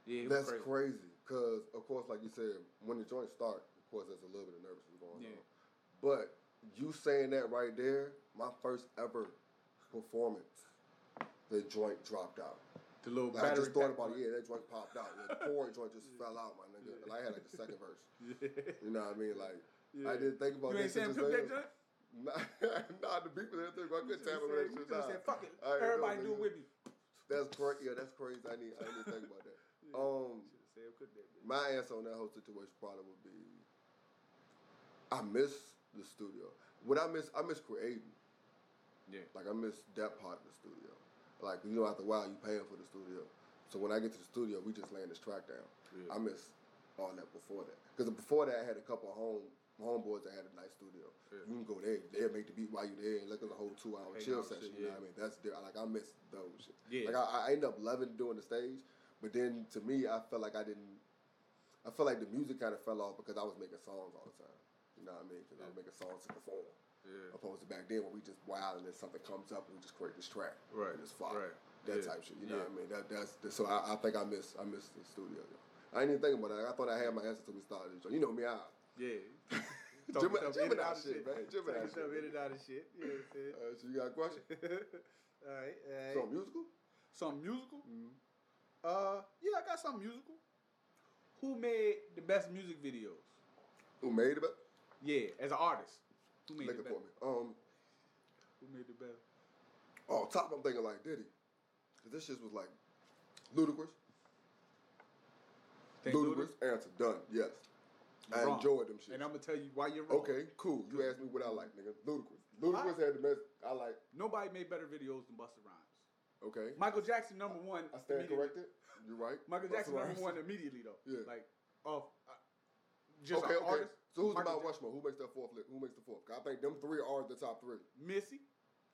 [SPEAKER 1] yeah, it was
[SPEAKER 2] That's crazy. Cause of course, like you said, when the joints start, of course, there's a little bit of nervousness going
[SPEAKER 1] Yeah.
[SPEAKER 2] on. But you saying that right there, my first ever performance, the joint dropped out.
[SPEAKER 1] The little
[SPEAKER 2] Like, I
[SPEAKER 1] battery
[SPEAKER 2] just thought
[SPEAKER 1] pack
[SPEAKER 2] about it.
[SPEAKER 1] joint.
[SPEAKER 2] Yeah, that joint popped out. The core joint just fell out, my nigga. And I had like the second verse. You know what I mean? Like
[SPEAKER 1] Yeah.
[SPEAKER 2] I didn't think about
[SPEAKER 1] You
[SPEAKER 2] that.
[SPEAKER 1] ain't saying
[SPEAKER 2] shit just
[SPEAKER 1] cook that
[SPEAKER 2] now.
[SPEAKER 1] joint.
[SPEAKER 2] Nah, nah, the beat was everything. but I
[SPEAKER 1] You should've
[SPEAKER 2] couldn't
[SPEAKER 1] said-
[SPEAKER 2] tamper with that
[SPEAKER 1] you
[SPEAKER 2] shit.
[SPEAKER 1] should've
[SPEAKER 2] nah.
[SPEAKER 1] said, fuck it.
[SPEAKER 2] I ain't know,
[SPEAKER 1] Everybody do
[SPEAKER 2] nigga.
[SPEAKER 1] it with me.
[SPEAKER 2] That's crazy. Yeah, that's crazy. I need. I need to think about that. Um.
[SPEAKER 1] Should've said cook that bitch.
[SPEAKER 2] My answer on that whole situation probably would be I miss the studio. What I miss, I miss creating.
[SPEAKER 1] Yeah.
[SPEAKER 2] Like I miss that part of the studio. Like you know, after a while, you paying for the studio. So when I get to the studio, we just laying this track down. I miss all that before that. Because before that, I had a couple of home homeboys that had a nice studio.
[SPEAKER 1] Yeah.
[SPEAKER 2] You can go there, they'll make the beat while you there, and look at the whole two hour
[SPEAKER 1] Hang
[SPEAKER 2] chill
[SPEAKER 1] out,
[SPEAKER 2] session.
[SPEAKER 1] shit,
[SPEAKER 2] You
[SPEAKER 1] yeah.
[SPEAKER 2] know what I mean? That's different. Like I miss those. Shit.
[SPEAKER 1] Yeah.
[SPEAKER 2] Like I, I end up loving doing the stage, but then to me, I felt like I didn't. I felt like the music kind of fell off because I was making songs all the time. You know what I mean? Because I was making songs to perform,
[SPEAKER 1] Yeah.
[SPEAKER 2] opposed to back then when we just wild and then something comes up and we just create this track.
[SPEAKER 1] Right,
[SPEAKER 2] And it's fire.
[SPEAKER 1] right.
[SPEAKER 2] That
[SPEAKER 1] Yeah,
[SPEAKER 2] type shit. You know
[SPEAKER 1] yeah.
[SPEAKER 2] what I mean? That that's the, so. I, I think I miss I miss the studio. I didn't even think about that. I thought I had my answer till we started this. joint. You know me, I.
[SPEAKER 1] Yeah.
[SPEAKER 2] Gemini-
[SPEAKER 1] Talking stuff in and
[SPEAKER 2] Gemini
[SPEAKER 1] out of
[SPEAKER 2] shit, man. Gemini
[SPEAKER 1] Talking stuff
[SPEAKER 2] shit.
[SPEAKER 1] in and out of shit. Yeah, that's it.
[SPEAKER 2] Uh, so you got a question?
[SPEAKER 1] all right, all
[SPEAKER 2] So
[SPEAKER 1] right.
[SPEAKER 2] musical?
[SPEAKER 1] Something musical?
[SPEAKER 2] Mm-hmm.
[SPEAKER 1] Uh, yeah, I got something musical. Who made the best music videos?
[SPEAKER 2] Who made it? Back?
[SPEAKER 1] Yeah, as an artist. Who made the
[SPEAKER 2] Look it
[SPEAKER 1] best?
[SPEAKER 2] for me. Um,
[SPEAKER 1] Who made the best?
[SPEAKER 2] off top, I'm thinking like Diddy. 'Cause this shit was like ludicrous,
[SPEAKER 1] Think
[SPEAKER 2] ludicrous.
[SPEAKER 1] Ludacris?
[SPEAKER 2] Answer done. Yes, I
[SPEAKER 1] Wrong.
[SPEAKER 2] enjoyed them shit.
[SPEAKER 1] And I'm gonna tell you why you're wrong.
[SPEAKER 2] Okay, cool. You asked me what I like, nigga. Ludicrous. Ludicrous had the best. I like.
[SPEAKER 1] Nobody made better videos than Busta Rhymes.
[SPEAKER 2] Okay.
[SPEAKER 1] Michael Jackson number one.
[SPEAKER 2] I stand
[SPEAKER 1] immediately.
[SPEAKER 2] corrected. You're right.
[SPEAKER 1] Michael
[SPEAKER 2] Busta
[SPEAKER 1] Jackson number
[SPEAKER 2] Rhymes.
[SPEAKER 1] one immediately though.
[SPEAKER 2] Yeah.
[SPEAKER 1] Like, oh, uh, just
[SPEAKER 2] okay,
[SPEAKER 1] an
[SPEAKER 2] okay.
[SPEAKER 1] artist.
[SPEAKER 2] So who's
[SPEAKER 1] Michael
[SPEAKER 2] the Mount
[SPEAKER 1] Jack-
[SPEAKER 2] Rushmore? Who makes that fourth? Li- who makes the fourth? 'Cause I think them three are the top three.
[SPEAKER 1] Missy,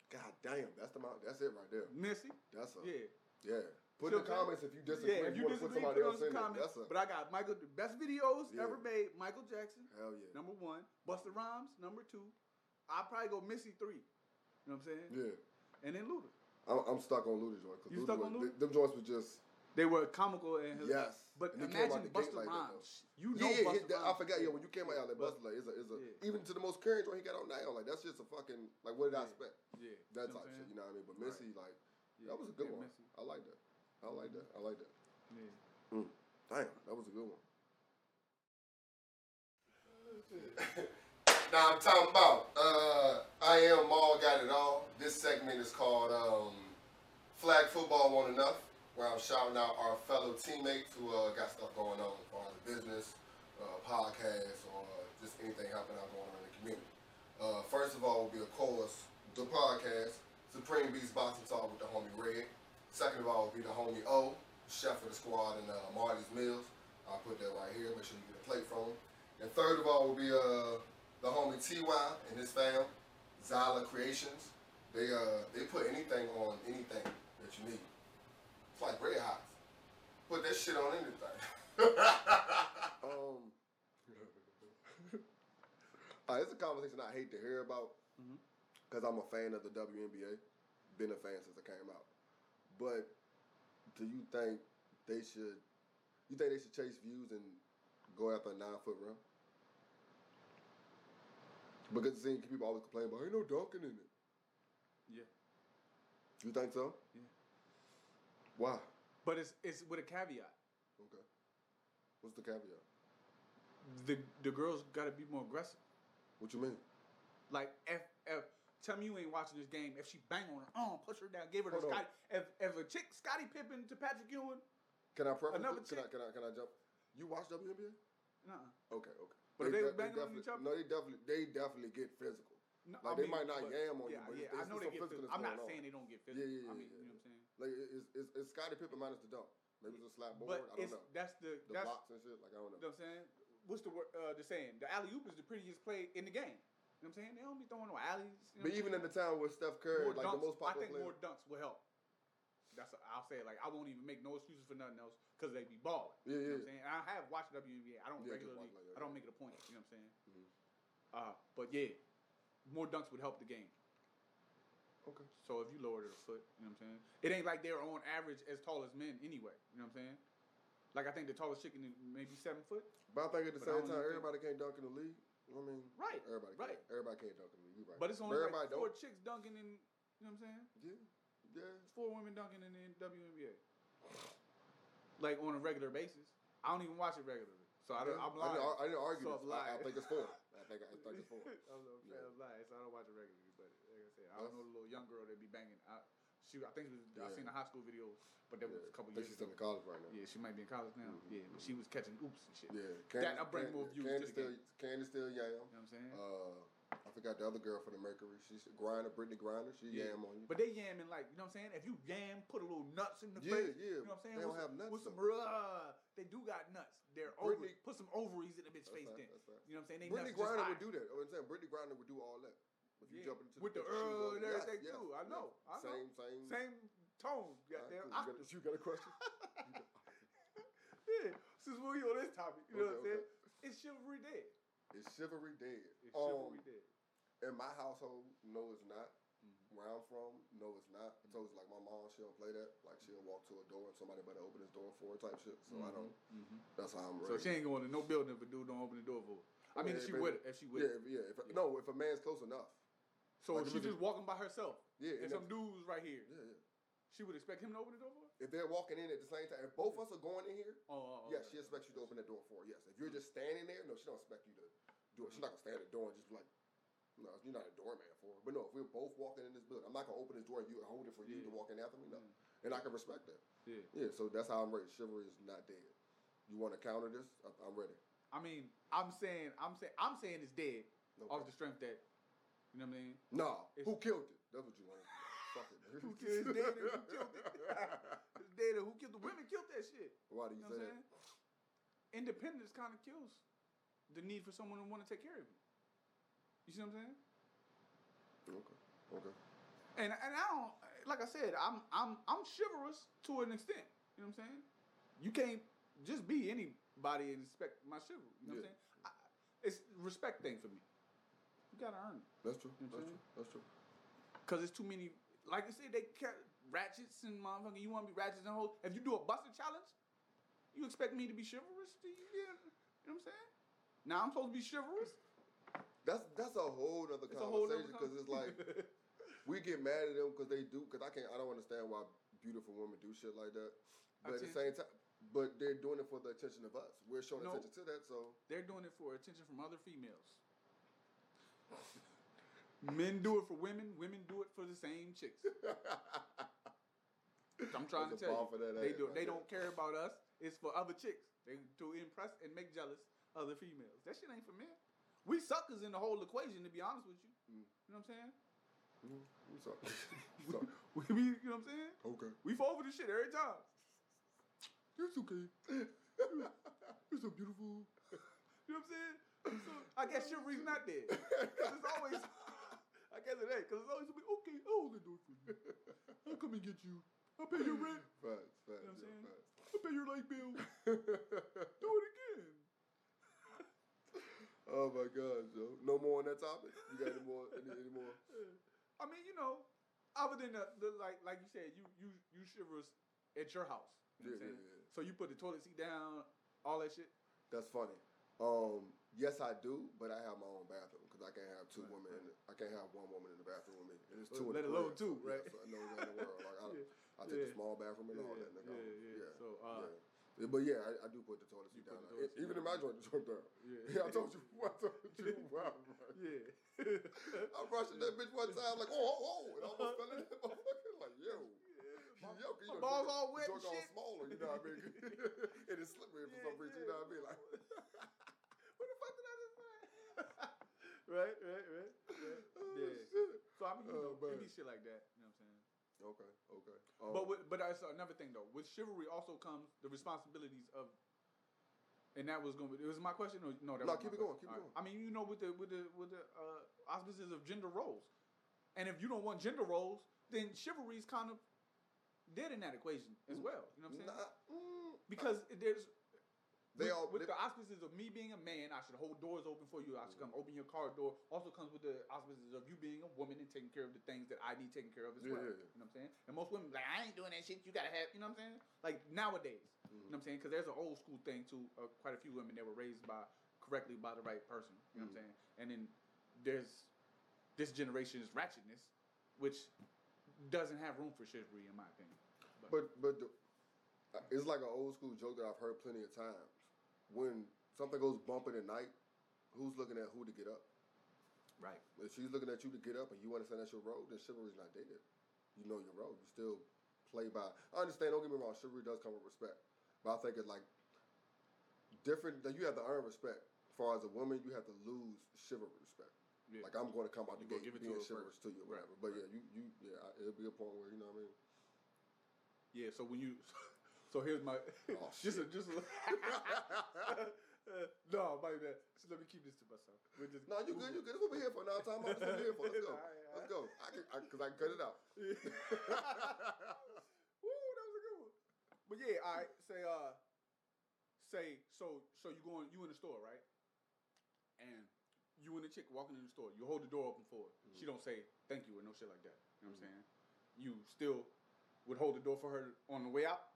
[SPEAKER 2] God damn, that's the Mount. That's it right there.
[SPEAKER 1] Missy,
[SPEAKER 2] That's a
[SPEAKER 1] yeah,
[SPEAKER 2] yeah. Put in the
[SPEAKER 1] Sure,
[SPEAKER 2] comments if you disagree.
[SPEAKER 1] yeah. If you
[SPEAKER 2] want to
[SPEAKER 1] disagree,
[SPEAKER 2] put
[SPEAKER 1] put
[SPEAKER 2] somebody
[SPEAKER 1] on
[SPEAKER 2] else
[SPEAKER 1] some
[SPEAKER 2] in there.
[SPEAKER 1] comments.
[SPEAKER 2] That's a
[SPEAKER 1] But I got Michael, the best videos
[SPEAKER 2] Yeah.
[SPEAKER 1] ever made. Michael Jackson,
[SPEAKER 2] hell yeah.
[SPEAKER 1] number one. Buster Rhymes, number two. I probably go Missy three. You know what I'm saying?
[SPEAKER 2] Yeah.
[SPEAKER 1] And then Luda.
[SPEAKER 2] I'm, I'm stuck on Luda joint. 'cause
[SPEAKER 1] You
[SPEAKER 2] Luda
[SPEAKER 1] stuck on
[SPEAKER 2] was-
[SPEAKER 1] Luda?
[SPEAKER 2] Them joints were just
[SPEAKER 1] They were comical and hilarious.
[SPEAKER 2] yes.
[SPEAKER 1] But
[SPEAKER 2] And he came out
[SPEAKER 1] imagine
[SPEAKER 2] the
[SPEAKER 1] Buster
[SPEAKER 2] gate like that, though.
[SPEAKER 1] Rhymes. You know
[SPEAKER 2] Yeah, yeah,
[SPEAKER 1] Buster
[SPEAKER 2] his- that- I
[SPEAKER 1] Rhymes.
[SPEAKER 2] forgot. Yeah, when you came out, y'all like
[SPEAKER 1] But-
[SPEAKER 2] Buster, like, it's a, it's a,
[SPEAKER 1] yeah.
[SPEAKER 2] even to the most current joint he got out now, like that's just a fucking, like what did I
[SPEAKER 1] Yeah.
[SPEAKER 2] expect?
[SPEAKER 1] Yeah, you
[SPEAKER 2] That
[SPEAKER 1] know what
[SPEAKER 2] type
[SPEAKER 1] I'm
[SPEAKER 2] shit,
[SPEAKER 1] saying?
[SPEAKER 2] you know what I mean? But
[SPEAKER 1] Right.
[SPEAKER 2] Missy, like,
[SPEAKER 1] Yeah,
[SPEAKER 2] that was a good
[SPEAKER 1] yeah,
[SPEAKER 2] one.
[SPEAKER 1] Missy.
[SPEAKER 2] I like that. I like that. I like that.
[SPEAKER 1] Yeah.
[SPEAKER 2] Damn, that was a good one. now I'm talking about, uh, I am all got it all. This segment is called um, Flag Football Won't Enough, where I'm shouting out our fellow teammates who uh, got stuff going on as far as business, uh, podcasts, or uh, just anything helping out going on in the community. Uh, first of all, will be of course the podcast Supreme Beast Boxing Talk with the homie Red. Second of all, will be the homie O, chef of the squad and uh, Marty's Mills. I'll put that right here. Make sure you get a plate from him. And third of all will be uh, the homie Ty and his fam, Zyla Creations. They uh they put anything on anything that you need. It's like red hot. Put that shit on anything. um, uh, it's a conversation I hate to hear about
[SPEAKER 1] Mhm.
[SPEAKER 2] because I'm a fan of the WNBA. Been a fan since it came out. But do you think they should? You think they should chase views and go after a nine foot run? Because seeing people always complain about ain't no Duncan in it.
[SPEAKER 1] Yeah.
[SPEAKER 2] You think so?
[SPEAKER 1] Yeah.
[SPEAKER 2] Why?
[SPEAKER 1] But it's it's with a caveat.
[SPEAKER 2] Okay. What's the caveat?
[SPEAKER 1] The the girls got to be more aggressive.
[SPEAKER 2] What you mean?
[SPEAKER 1] Like if if tell me you ain't watching this game. If she bang on her arm, push her down, give her the
[SPEAKER 2] Hold on.
[SPEAKER 1] Scotty. If if a chick Scotty Pippen to Patrick Ewing,
[SPEAKER 2] Can I preface?
[SPEAKER 1] Another
[SPEAKER 2] it? Can I,
[SPEAKER 1] chick-
[SPEAKER 2] can I can I jump? You watch WNBA?
[SPEAKER 1] nah.
[SPEAKER 2] Okay, okay.
[SPEAKER 1] But if they was banging on
[SPEAKER 2] definitely,
[SPEAKER 1] each other-
[SPEAKER 2] no, they definitely they definitely get physical.
[SPEAKER 1] No,
[SPEAKER 2] Like, they might not
[SPEAKER 1] but-
[SPEAKER 2] yam on you,
[SPEAKER 1] yeah,
[SPEAKER 2] but
[SPEAKER 1] Yeah,
[SPEAKER 2] it's-
[SPEAKER 1] I
[SPEAKER 2] it's
[SPEAKER 1] know they
[SPEAKER 2] some
[SPEAKER 1] get physical.
[SPEAKER 2] physical that's
[SPEAKER 1] I'm not
[SPEAKER 2] going on.
[SPEAKER 1] saying they don't get
[SPEAKER 2] Yeah,
[SPEAKER 1] physical.
[SPEAKER 2] yeah, yeah,
[SPEAKER 1] I mean,
[SPEAKER 2] yeah,
[SPEAKER 1] you know what I'm saying?
[SPEAKER 2] Like it- it's it's, it's Scottie Pippen minus the dunk. Maybe it's a slap board.
[SPEAKER 1] But
[SPEAKER 2] I don't
[SPEAKER 1] it's
[SPEAKER 2] know.
[SPEAKER 1] that's the,
[SPEAKER 2] The
[SPEAKER 1] that's
[SPEAKER 2] blocks and shit. Like I don't
[SPEAKER 1] you know
[SPEAKER 2] know.
[SPEAKER 1] what I'm saying. What's the word? Uh, the saying? The alley oop is the prettiest play in the game. You know what I'm saying? They don't be throwing no alleys. You know what
[SPEAKER 2] But
[SPEAKER 1] I'm
[SPEAKER 2] even in
[SPEAKER 1] saying?
[SPEAKER 2] the time where Steph Curry,
[SPEAKER 1] more
[SPEAKER 2] like
[SPEAKER 1] dunks,
[SPEAKER 2] the most
[SPEAKER 1] I
[SPEAKER 2] popular
[SPEAKER 1] think
[SPEAKER 2] player,
[SPEAKER 1] more dunks will help. That's I'll say it. Like I won't even make no excuses for nothing else because they be balling.
[SPEAKER 2] Yeah,
[SPEAKER 1] You know
[SPEAKER 2] yeah.
[SPEAKER 1] what I'm saying? And I have watched WNBA. I don't
[SPEAKER 2] Yeah, just
[SPEAKER 1] regularly.
[SPEAKER 2] watch like that,
[SPEAKER 1] I don't
[SPEAKER 2] yeah. Mm-hmm.
[SPEAKER 1] make it a point. You know what I'm saying? Uh, but yeah, more dunks would help the game.
[SPEAKER 2] okay.
[SPEAKER 1] So if you lowered it a foot, you know what I'm saying? It ain't like they're on average as tall as men anyway. You know what I'm saying? Like I think the tallest chicken is maybe seven foot.
[SPEAKER 2] But I think at the
[SPEAKER 1] But I
[SPEAKER 2] same
[SPEAKER 1] don't
[SPEAKER 2] time,
[SPEAKER 1] even think-
[SPEAKER 2] everybody can't dunk in the league. I mean,
[SPEAKER 1] Right,
[SPEAKER 2] Everybody,
[SPEAKER 1] right.
[SPEAKER 2] Can't, everybody can't dunk in the league. You right.
[SPEAKER 1] But it's only like
[SPEAKER 2] everybody
[SPEAKER 1] four
[SPEAKER 2] don't.
[SPEAKER 1] chicks dunking in you know what I'm saying?
[SPEAKER 2] Yeah, yeah.
[SPEAKER 1] It's four women dunking in the WNBA. Like on a regular basis. I don't even watch it regularly. So I don't
[SPEAKER 2] yeah.
[SPEAKER 1] I'm lying.
[SPEAKER 2] didn't, ar- I didn't argue.
[SPEAKER 1] So
[SPEAKER 2] this.
[SPEAKER 1] I'm
[SPEAKER 2] I, I
[SPEAKER 1] lying.
[SPEAKER 2] think it's four. I think I think it's four.
[SPEAKER 1] I'm, I'm,
[SPEAKER 2] Yeah.
[SPEAKER 1] I'm lying, so I don't watch it regularly. But like I said, I
[SPEAKER 2] That's-
[SPEAKER 1] don't know the little young girl that be banging. I, she, I think it was, I
[SPEAKER 2] Yeah.
[SPEAKER 1] seen a high school video, but that was a couple
[SPEAKER 2] I think
[SPEAKER 1] years
[SPEAKER 2] she's still
[SPEAKER 1] ago.
[SPEAKER 2] in college right now.
[SPEAKER 1] Yeah, she might be in college now. Yeah, but she was catching oops and shit.
[SPEAKER 2] Mm-hmm. Yeah,
[SPEAKER 1] I'll bring more views to Mm-hmm.
[SPEAKER 2] Candy
[SPEAKER 1] the
[SPEAKER 2] still,
[SPEAKER 1] game.
[SPEAKER 2] Candy still
[SPEAKER 1] You
[SPEAKER 2] yam.
[SPEAKER 1] know what I'm saying?
[SPEAKER 2] Uh, I forgot the other girl for the Mercury. She's a grinder, Brittany Grinder. She
[SPEAKER 1] Yeah.
[SPEAKER 2] yam on you.
[SPEAKER 1] but they yamming like, you know what I'm saying? If you yam, put a little nuts in the
[SPEAKER 2] yeah,
[SPEAKER 1] face.
[SPEAKER 2] yeah.
[SPEAKER 1] You know what I'm saying?
[SPEAKER 2] They don't
[SPEAKER 1] With
[SPEAKER 2] have
[SPEAKER 1] some-
[SPEAKER 2] nuts.
[SPEAKER 1] With some
[SPEAKER 2] though.
[SPEAKER 1] uh, they do got nuts. They're ovaries.
[SPEAKER 2] Brittany-
[SPEAKER 1] Put some ovaries in the bitch
[SPEAKER 2] That's
[SPEAKER 1] face
[SPEAKER 2] right,
[SPEAKER 1] then.
[SPEAKER 2] that's right.
[SPEAKER 1] You know what I'm saying? They
[SPEAKER 2] Brittany
[SPEAKER 1] nuts just
[SPEAKER 2] Grinder would
[SPEAKER 1] high.
[SPEAKER 2] do that. I'm saying Brittany Grinder would do all that. If you
[SPEAKER 1] Yeah.
[SPEAKER 2] jump into
[SPEAKER 1] With the
[SPEAKER 2] shoes
[SPEAKER 1] Earl
[SPEAKER 2] on-
[SPEAKER 1] and
[SPEAKER 2] yes,
[SPEAKER 1] everything
[SPEAKER 2] yes,
[SPEAKER 1] too. I
[SPEAKER 2] yes.
[SPEAKER 1] know, I know.
[SPEAKER 2] Same, same.
[SPEAKER 1] Same tone.
[SPEAKER 2] All
[SPEAKER 1] Goddamn.
[SPEAKER 2] right, cool. You got-
[SPEAKER 1] octave.
[SPEAKER 2] You got a question?
[SPEAKER 1] yeah. Since we on this topic, you know what I'm saying?
[SPEAKER 2] Okay,
[SPEAKER 1] It's chivalry dead.
[SPEAKER 2] It's chivalry dead.
[SPEAKER 1] It's
[SPEAKER 2] Um,
[SPEAKER 1] chivalry dead.
[SPEAKER 2] in my household, no, it's not.
[SPEAKER 1] Mm-hmm.
[SPEAKER 2] Where I'm from, no, it's not. So it's like my mom, she don't play that. Like she'll walk to a door and somebody better open this door for her type shit. So I don't. That's how I'm
[SPEAKER 1] Mm-hmm. So
[SPEAKER 2] raised.
[SPEAKER 1] she ain't going to no building if a dude don't open the door for her. I mean,
[SPEAKER 2] Yeah,
[SPEAKER 1] if she
[SPEAKER 2] but-
[SPEAKER 1] with it, if she with
[SPEAKER 2] yeah,
[SPEAKER 1] it.
[SPEAKER 2] if- yeah, if, No, if a man's close enough.
[SPEAKER 1] So
[SPEAKER 2] Like,
[SPEAKER 1] if
[SPEAKER 2] she
[SPEAKER 1] she's just
[SPEAKER 2] just-
[SPEAKER 1] walking by herself,
[SPEAKER 2] Yeah,
[SPEAKER 1] and
[SPEAKER 2] and
[SPEAKER 1] some
[SPEAKER 2] if-
[SPEAKER 1] dudes right here,
[SPEAKER 2] Yeah, yeah.
[SPEAKER 1] she would expect him to open the door for her.
[SPEAKER 2] If they're walking in at the same time, if both of us are going in here,
[SPEAKER 1] Oh,
[SPEAKER 2] yes, she expects you to open the door for her. Yes, if
[SPEAKER 1] Mm-hmm.
[SPEAKER 2] you're just standing there, no, she don't expect you to do it. She's not gonna stand at the door and just be like, no, you're not a doorman for her. But no, if we're both walking in this building, I'm not gonna open this door and you and hold it for you
[SPEAKER 1] Yeah. Mm-hmm.
[SPEAKER 2] to walk in after me. No, and I can respect that.
[SPEAKER 1] Mm. Yeah.
[SPEAKER 2] Yeah, so that's how I'm raised. Chivalry is not dead. You want to counter this? I, I'm ready.
[SPEAKER 1] I mean, I'm saying, I'm saying, I'm saying it's dead
[SPEAKER 2] No
[SPEAKER 1] off the strength that, you know what I mean?
[SPEAKER 2] Nah,
[SPEAKER 1] It's-
[SPEAKER 2] who killed it? That's what you want. Fuck it.
[SPEAKER 1] Who killed his daddy? Who killed it? His daddy, who killed the women? Killed that shit.
[SPEAKER 2] Why do
[SPEAKER 1] You
[SPEAKER 2] you
[SPEAKER 1] know
[SPEAKER 2] say
[SPEAKER 1] what I'm
[SPEAKER 2] that?
[SPEAKER 1] saying? Independence kind of kills the need for someone to want to take care of you. You see what I'm saying?
[SPEAKER 2] Okay. Okay.
[SPEAKER 1] And and I don't like I said, I'm I'm I'm chivalrous to an extent. You know what I'm saying? You can't just be anybody and expect my chivalry. You know what I'm saying? I,
[SPEAKER 2] Yeah.
[SPEAKER 1] it's respect thing for me. You gotta earn it.
[SPEAKER 2] That's true.
[SPEAKER 1] You know what
[SPEAKER 2] That's
[SPEAKER 1] I'm
[SPEAKER 2] true. That's true.
[SPEAKER 1] Cause it's too many like I said, they kept ratchets and motherfucking you wanna be ratchets and hoes. If you do a buster challenge, you expect me to be chivalrous to you? Yeah. You know what I'm saying? Now I'm supposed to be chivalrous.
[SPEAKER 2] That's that's a whole other
[SPEAKER 1] It's a whole
[SPEAKER 2] conversation because it's like we get mad at them because they do because I can't I don't understand why beautiful women do shit like that. But at the same
[SPEAKER 1] Attention.
[SPEAKER 2] time, but they're doing it for the attention of us. We're showing
[SPEAKER 1] No.
[SPEAKER 2] attention to that, so
[SPEAKER 1] They're doing it for attention from other females. Men do it for women. Women do it for the same chicks.
[SPEAKER 2] Mm-hmm.
[SPEAKER 1] I'm trying
[SPEAKER 2] There's
[SPEAKER 1] to
[SPEAKER 2] a
[SPEAKER 1] tell
[SPEAKER 2] ball for
[SPEAKER 1] you,
[SPEAKER 2] that
[SPEAKER 1] they
[SPEAKER 2] ass
[SPEAKER 1] do.
[SPEAKER 2] right
[SPEAKER 1] They
[SPEAKER 2] there.
[SPEAKER 1] don't care about us. It's for other chicks. They to impress and make jealous other females. That shit ain't for men. We suckers in the whole equation. To be honest with you, you know what I'm saying?
[SPEAKER 2] mm, I'm sorry. I'm sorry.
[SPEAKER 1] We, we, you know what I'm saying?
[SPEAKER 2] Okay.
[SPEAKER 1] We fall for this shit every time.
[SPEAKER 2] It's okay. You're so beautiful.
[SPEAKER 1] You know what I'm saying? So I guess chivalry's not there. 'Cause it's always, I guess it ain't. Because it's always gonna be, okay, I'll only do it for you. I'll come and get you. I'll pay your rent.
[SPEAKER 2] Facts, facts,
[SPEAKER 1] You know what I'm saying?
[SPEAKER 2] yeah,
[SPEAKER 1] I'll pay your light bill.
[SPEAKER 2] facts.
[SPEAKER 1] Do it again.
[SPEAKER 2] oh my god, Joe. No more on that topic? You got any more any, any more?
[SPEAKER 1] I mean, you know, other than the, the like, like you said, you you you chivalrous at your house. You know what
[SPEAKER 2] Yeah,
[SPEAKER 1] I'm
[SPEAKER 2] yeah,
[SPEAKER 1] saying?
[SPEAKER 2] yeah.
[SPEAKER 1] So you put the toilet seat down, all that shit.
[SPEAKER 2] That's funny. Um, yes, I do, but I have my own bathroom because I can't have two
[SPEAKER 1] Right,
[SPEAKER 2] women. In the, I can't have one woman in the bathroom with me. And it's
[SPEAKER 1] Let-
[SPEAKER 2] two. in
[SPEAKER 1] let
[SPEAKER 2] the
[SPEAKER 1] alone
[SPEAKER 2] crib.
[SPEAKER 1] two,
[SPEAKER 2] Yeah,
[SPEAKER 1] right?
[SPEAKER 2] so I know that in the world. Like I,
[SPEAKER 1] Yeah,
[SPEAKER 2] I take
[SPEAKER 1] yeah.
[SPEAKER 2] the small bathroom and all
[SPEAKER 1] Yeah,
[SPEAKER 2] Oh, that. nigga.
[SPEAKER 1] yeah, yeah. So, uh,
[SPEAKER 2] Yeah. But yeah, I, I do put the toilet
[SPEAKER 1] You
[SPEAKER 2] seat
[SPEAKER 1] put
[SPEAKER 2] down.
[SPEAKER 1] the toilet
[SPEAKER 2] E-
[SPEAKER 1] seat
[SPEAKER 2] Even
[SPEAKER 1] down.
[SPEAKER 2] in my joint, the joint down. Yeah, I told you. I told you. Wow, right.
[SPEAKER 1] Yeah.
[SPEAKER 2] I brushed that bitch one time, like, oh, oh, oh, and I almost fell in that motherfucker. Like, yo.
[SPEAKER 1] My,
[SPEAKER 2] Yo, you
[SPEAKER 1] my
[SPEAKER 2] done
[SPEAKER 1] balls
[SPEAKER 2] drunk-
[SPEAKER 1] all wet and
[SPEAKER 2] drunk all
[SPEAKER 1] shit.
[SPEAKER 2] smaller, you know what I mean? and it's slippery for some
[SPEAKER 1] Yeah,
[SPEAKER 2] reason, you
[SPEAKER 1] yeah.
[SPEAKER 2] know what I mean? Like,
[SPEAKER 1] What the fuck did I just say? right, right, right, right.
[SPEAKER 2] oh,
[SPEAKER 1] Yeah.
[SPEAKER 2] shit.
[SPEAKER 1] So I mean, you know, it
[SPEAKER 2] Oh, man.
[SPEAKER 1] be shit like that. You know what I'm saying?
[SPEAKER 2] Okay, okay. Um,
[SPEAKER 1] but with, but that's another thing though. With chivalry also comes the responsibilities of. And that was going. to It was my question. Or, no, that
[SPEAKER 2] No,
[SPEAKER 1] was
[SPEAKER 2] keep
[SPEAKER 1] my
[SPEAKER 2] it going,
[SPEAKER 1] question.
[SPEAKER 2] keep it
[SPEAKER 1] All right. I mean, you know, with the with the with the uh, auspices of gender roles, and if you don't want gender roles, then chivalry's kind of dead in that equation as well. You know what I'm saying?
[SPEAKER 2] nah, mm,
[SPEAKER 1] because there's
[SPEAKER 2] they
[SPEAKER 1] with,
[SPEAKER 2] all
[SPEAKER 1] with
[SPEAKER 2] they,
[SPEAKER 1] the auspices of me being a man, I should hold doors open for you. I should
[SPEAKER 2] Mm-hmm.
[SPEAKER 1] come open your car door. Also comes with the auspices of you being a woman and taking care of the things that I need taken care of as
[SPEAKER 2] Yeah,
[SPEAKER 1] well.
[SPEAKER 2] yeah, yeah.
[SPEAKER 1] You know what I'm saying? And most women be like I ain't doing that shit. You gotta have. You know what I'm saying? Like nowadays, you
[SPEAKER 2] mm.
[SPEAKER 1] know what I'm saying? Because there's an old school thing too. Uh, quite a few women that were raised by correctly by the right person. You know what I'm
[SPEAKER 2] Mm-hmm.
[SPEAKER 1] saying? And then there's this generation's ratchetness, which doesn't have room for chivalry, in my opinion.
[SPEAKER 2] but but the, uh, it's like an old school joke that I've heard plenty of times. When something goes bumping at night, who's looking at who to get up?
[SPEAKER 1] right.
[SPEAKER 2] If she's looking at you to get up and you understand that's your role, then chivalry's not dead. You know your role. You still play by. I understand. Don't get me wrong. Chivalry does come with respect, but I think it's like different. That you have to earn respect. As far as a woman, you have to lose chivalry respect.
[SPEAKER 1] Yeah.
[SPEAKER 2] Like I'm going to come out
[SPEAKER 1] You
[SPEAKER 2] the
[SPEAKER 1] gonna give
[SPEAKER 2] gate
[SPEAKER 1] it to
[SPEAKER 2] being
[SPEAKER 1] her
[SPEAKER 2] chivalrous
[SPEAKER 1] first.
[SPEAKER 2] to you, or
[SPEAKER 1] Right,
[SPEAKER 2] whatever. But yeah, you you yeah, I, it'll be a point where you know what I mean.
[SPEAKER 1] Yeah, so when you, so here's my,
[SPEAKER 2] Oh,
[SPEAKER 1] just a, just a, Uh, no, my bad. So let me keep this to myself. We're just
[SPEAKER 2] No, you good, you good. That's what we're here for. Now, time out. That's what we're here for. Let's go.
[SPEAKER 1] Alright,
[SPEAKER 2] Let's go. I can, I, cause I can cut it out.
[SPEAKER 1] Woo, that was a good one. But yeah, all right. Say, uh, say, so, so you going, you in the store, right? And you and the chick walking in the store. You hold the door open for her.
[SPEAKER 2] Mm-hmm.
[SPEAKER 1] She don't say thank you or no shit like that. You know what I'm saying? You still would hold the door for her on the way out.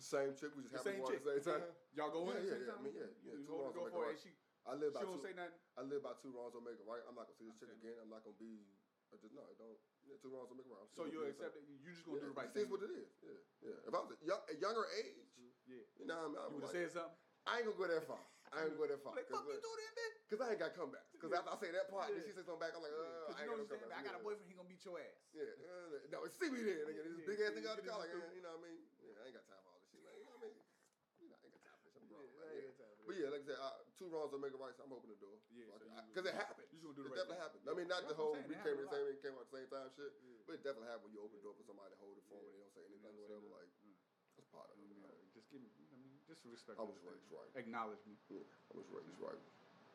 [SPEAKER 2] The same chick, we just
[SPEAKER 1] The same
[SPEAKER 2] happen to walk
[SPEAKER 1] chick.
[SPEAKER 2] at the same time.
[SPEAKER 1] Y'all go in at the same
[SPEAKER 2] Yeah, yeah, yeah,
[SPEAKER 1] time.
[SPEAKER 2] I mean, yeah,
[SPEAKER 1] You-
[SPEAKER 2] yeah,
[SPEAKER 1] You
[SPEAKER 2] two
[SPEAKER 1] hold the door
[SPEAKER 2] wrongs make a
[SPEAKER 1] for her,
[SPEAKER 2] right.
[SPEAKER 1] and she
[SPEAKER 2] I live
[SPEAKER 1] she
[SPEAKER 2] by
[SPEAKER 1] don't
[SPEAKER 2] two.
[SPEAKER 1] say nothing.
[SPEAKER 2] I live by two wrongs don't make a right. I'm not gonna see this chick
[SPEAKER 1] Understandable.
[SPEAKER 2] again. I'm not gonna be. I just no, it don't. Yeah, two wrongs don't make a right. I'm
[SPEAKER 1] So
[SPEAKER 2] still
[SPEAKER 1] you'll
[SPEAKER 2] gonna do
[SPEAKER 1] accept it. You're just gonna do the right
[SPEAKER 2] it. This
[SPEAKER 1] thing.
[SPEAKER 2] is what it is. Yeah, yeah. If I was a, young, a younger age,
[SPEAKER 1] Yeah.
[SPEAKER 2] you know, what I mean, I
[SPEAKER 1] You
[SPEAKER 2] would
[SPEAKER 1] would have
[SPEAKER 2] Oh, like,
[SPEAKER 1] said something.
[SPEAKER 2] I ain't gonna go that far. I ain't gonna go that far.
[SPEAKER 1] Like, fuck you,
[SPEAKER 2] look,
[SPEAKER 1] dude, then, bitch.
[SPEAKER 2] Cause I ain't got comebacks. Cause
[SPEAKER 1] Yeah.
[SPEAKER 2] after I say that part,
[SPEAKER 1] Yeah.
[SPEAKER 2] then she says something back. I'm like, uh,
[SPEAKER 1] Cause you
[SPEAKER 2] I
[SPEAKER 1] know
[SPEAKER 2] ain't got
[SPEAKER 1] what
[SPEAKER 2] no
[SPEAKER 1] I'm saying? But
[SPEAKER 2] comebacks.
[SPEAKER 1] I got a
[SPEAKER 2] Yeah.
[SPEAKER 1] boyfriend. He gonna beat your ass.
[SPEAKER 2] Yeah, uh, no, see me there, nigga. This
[SPEAKER 1] Yeah,
[SPEAKER 2] big
[SPEAKER 1] yeah,
[SPEAKER 2] ass nigga out
[SPEAKER 1] you
[SPEAKER 2] the car,
[SPEAKER 1] just
[SPEAKER 2] like,
[SPEAKER 1] do-
[SPEAKER 2] uh, you know what I mean? Yeah, I ain't got time for all this shit, man. You know what I mean? You know, I ain't got time for this. I'm grown,
[SPEAKER 1] Yeah, I ain't
[SPEAKER 2] man. Yeah.
[SPEAKER 1] got time for
[SPEAKER 2] But
[SPEAKER 1] this.
[SPEAKER 2] yeah, like I said, I, two wrongs don't make a right, so I'm opening the door.
[SPEAKER 1] Yeah, so you
[SPEAKER 2] Because
[SPEAKER 1] would-
[SPEAKER 2] it happened.
[SPEAKER 1] you just gonna do the
[SPEAKER 2] it
[SPEAKER 1] right
[SPEAKER 2] definitely
[SPEAKER 1] thing.
[SPEAKER 2] happened. I mean, not
[SPEAKER 1] That's what
[SPEAKER 2] the
[SPEAKER 1] I'm
[SPEAKER 2] whole
[SPEAKER 1] saying,
[SPEAKER 2] we
[SPEAKER 1] it
[SPEAKER 2] came
[SPEAKER 1] happened a
[SPEAKER 2] at the same and came out at the same time shit,
[SPEAKER 1] Yeah.
[SPEAKER 2] but it definitely happened when you open the door for somebody, hold it for them, and they don't say anything,
[SPEAKER 1] don't say
[SPEAKER 2] whatever.
[SPEAKER 1] nothing.
[SPEAKER 2] Like,
[SPEAKER 1] Mm.
[SPEAKER 2] that's part of it.
[SPEAKER 1] Yeah,
[SPEAKER 2] man.
[SPEAKER 1] Just give me. I mean, just respect.
[SPEAKER 2] I
[SPEAKER 1] me.
[SPEAKER 2] was raised right.
[SPEAKER 1] Acknowledge me.
[SPEAKER 2] Yeah, I was raised right.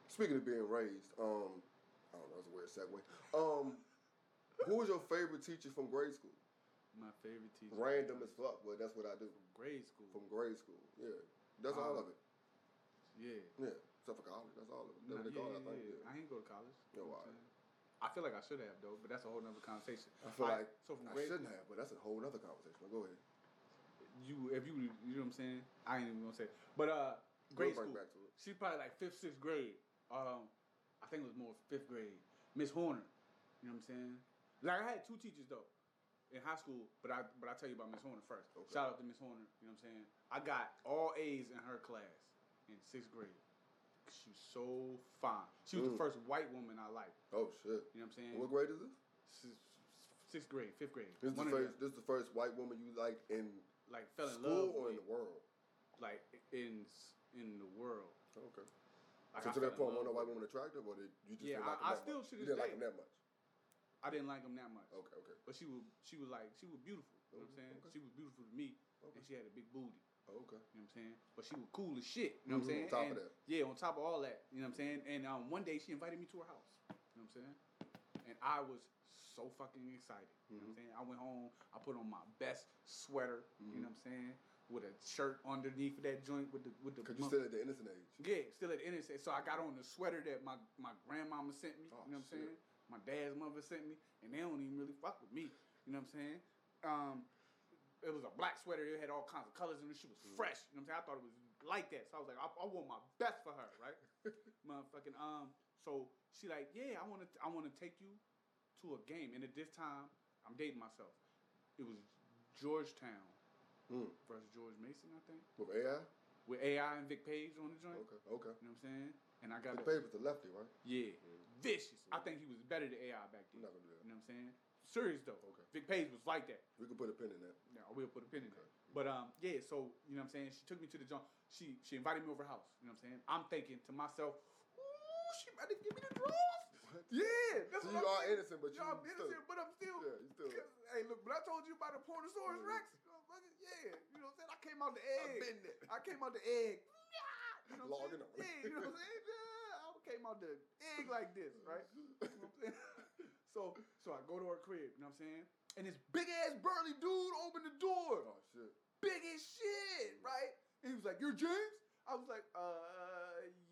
[SPEAKER 2] Speaking of being raised, um, I don't know, that's a weird segue. Um, who was your favorite teacher from grade school?
[SPEAKER 1] My favorite teacher.
[SPEAKER 2] Random as fuck, but that's what I do.
[SPEAKER 1] From grade school.
[SPEAKER 2] from grade school. Yeah, that's all
[SPEAKER 1] Um,
[SPEAKER 2] of it.
[SPEAKER 1] yeah.
[SPEAKER 2] Yeah, except for college, that's all of it.
[SPEAKER 1] Nah,
[SPEAKER 2] That's what they
[SPEAKER 1] yeah,
[SPEAKER 2] call
[SPEAKER 1] yeah,
[SPEAKER 2] it, I think.
[SPEAKER 1] yeah.
[SPEAKER 2] Yeah.
[SPEAKER 1] I ain't go to college.
[SPEAKER 2] Yeah,
[SPEAKER 1] You know
[SPEAKER 2] why?
[SPEAKER 1] what I'm saying? I feel like I should have though, but that's a whole nother conversation.
[SPEAKER 2] I feel
[SPEAKER 1] Alright,
[SPEAKER 2] like
[SPEAKER 1] so from
[SPEAKER 2] I
[SPEAKER 1] grade
[SPEAKER 2] shouldn't have, but that's a whole other conversation. But go ahead.
[SPEAKER 1] you if you you know what I'm saying. I ain't even gonna say, it. but uh, grade
[SPEAKER 2] We'll
[SPEAKER 1] school.
[SPEAKER 2] bring back to it.
[SPEAKER 1] She's probably like fifth, sixth grade. Um, I think it was more fifth grade. Miss Horner. You know what I'm saying? Like I had two teachers though in high school, but I but I tell you about Miss Horner first.
[SPEAKER 2] Okay.
[SPEAKER 1] Shout out to Miss Horner. You know what I'm saying? I got all A's in her class in sixth grade. She was so fine. She was the
[SPEAKER 2] Mm.
[SPEAKER 1] first white woman I liked.
[SPEAKER 2] Oh shit!
[SPEAKER 1] You know what I'm saying?
[SPEAKER 2] What grade is this?
[SPEAKER 1] Sixth- Sixth grade, fifth grade.
[SPEAKER 2] This is the
[SPEAKER 1] One of them,
[SPEAKER 2] first. This is the first white woman you liked in
[SPEAKER 1] like fell in love
[SPEAKER 2] school or
[SPEAKER 1] with,
[SPEAKER 2] in the world.
[SPEAKER 1] like in in the world.
[SPEAKER 2] Okay.
[SPEAKER 1] Like, I fell
[SPEAKER 2] so to that
[SPEAKER 1] in
[SPEAKER 2] point,
[SPEAKER 1] love
[SPEAKER 2] were no
[SPEAKER 1] with-
[SPEAKER 2] white women attractive, or did you just
[SPEAKER 1] Yeah,
[SPEAKER 2] didn't
[SPEAKER 1] I-
[SPEAKER 2] like 'em
[SPEAKER 1] I
[SPEAKER 2] that
[SPEAKER 1] still
[SPEAKER 2] much?
[SPEAKER 1] to
[SPEAKER 2] you
[SPEAKER 1] this
[SPEAKER 2] didn't like
[SPEAKER 1] day.
[SPEAKER 2] them that much.
[SPEAKER 1] I didn't like him that much.
[SPEAKER 2] Okay, okay,
[SPEAKER 1] But she was she was like she was beautiful. You know what I'm saying?
[SPEAKER 2] Oh. Mm-hmm. Okay.
[SPEAKER 1] She was beautiful to me,
[SPEAKER 2] Okay.
[SPEAKER 1] and she had a big booty.
[SPEAKER 2] okay.
[SPEAKER 1] You know what I'm saying? But she was cool as shit. You know what I'm
[SPEAKER 2] Mhm,
[SPEAKER 1] saying?
[SPEAKER 2] on top of
[SPEAKER 1] and,
[SPEAKER 2] that.
[SPEAKER 1] Yeah, on top of all that. You know what I'm saying? And um, one day she invited me to her house. You know what I'm saying? And I was so fucking excited. You know what I'm
[SPEAKER 2] Mm-hmm.
[SPEAKER 1] saying? I went home. I put on my best sweater. You know what I'm saying? With a shirt underneath that joint with the with the
[SPEAKER 2] Because you
[SPEAKER 1] monk-
[SPEAKER 2] said at the innocent age.
[SPEAKER 1] yeah, still at the interstate. So I got on the sweater that my, my grandmama sent me.
[SPEAKER 2] Oh,
[SPEAKER 1] you know what I'm
[SPEAKER 2] shit.
[SPEAKER 1] saying? My dad's mother sent me, and they don't even really fuck with me. You know what I'm saying? Um, it was a black sweater. It had all kinds of colors and it. She was
[SPEAKER 2] Mm.
[SPEAKER 1] fresh. You know what I'm saying? I thought it was like that. So I was like, I, I want my best for her, right? Motherfucking um. So she like, yeah, I want to, I want to take you to a game. And at this time, I'm dating myself. It was Georgetown
[SPEAKER 2] Hmm.
[SPEAKER 1] versus George Mason, I think,
[SPEAKER 2] With AI?
[SPEAKER 1] with AI and Vic Page on the joint.
[SPEAKER 2] Okay, okay.
[SPEAKER 1] You know what I'm saying? And I got
[SPEAKER 2] The
[SPEAKER 1] a-
[SPEAKER 2] paper's the lefty, right?
[SPEAKER 1] yeah, vicious. I think he was better than AI back then.
[SPEAKER 2] I'm not gonna do that.
[SPEAKER 1] You know what I'm saying? Serious though.
[SPEAKER 2] Okay.
[SPEAKER 1] Vic Page was like that.
[SPEAKER 2] We can put a pin in that.
[SPEAKER 1] No, I will put a pin in it. But um, yeah. So you know what I'm saying. She took me to the joint. She she invited me over her house. You know what I'm saying. I'm thinking to myself, ooh, she about to give me the draws. Yeah, that's
[SPEAKER 2] So
[SPEAKER 1] what I'm
[SPEAKER 2] you are
[SPEAKER 1] saying.
[SPEAKER 2] innocent, but you
[SPEAKER 1] I'm
[SPEAKER 2] still-
[SPEAKER 1] innocent, but I'm still.
[SPEAKER 2] Yeah, you still-
[SPEAKER 1] Hey, look, but I told you about the Portosaurus
[SPEAKER 2] Yeah.
[SPEAKER 1] Rex. You know, fucking- yeah, you know what I'm saying. I came out the egg. I came out the egg. You know what I'm
[SPEAKER 2] Logging on.
[SPEAKER 1] saying? Yeah, you know what I'm saying? Yeah, I came out the egg like this, right? You know what I'm saying? so so I go to her crib, you know what I'm saying? And this big ass burly dude opened the door.
[SPEAKER 2] Oh shit.
[SPEAKER 1] Big as shit, right? And he was like, You're James? I was like, uh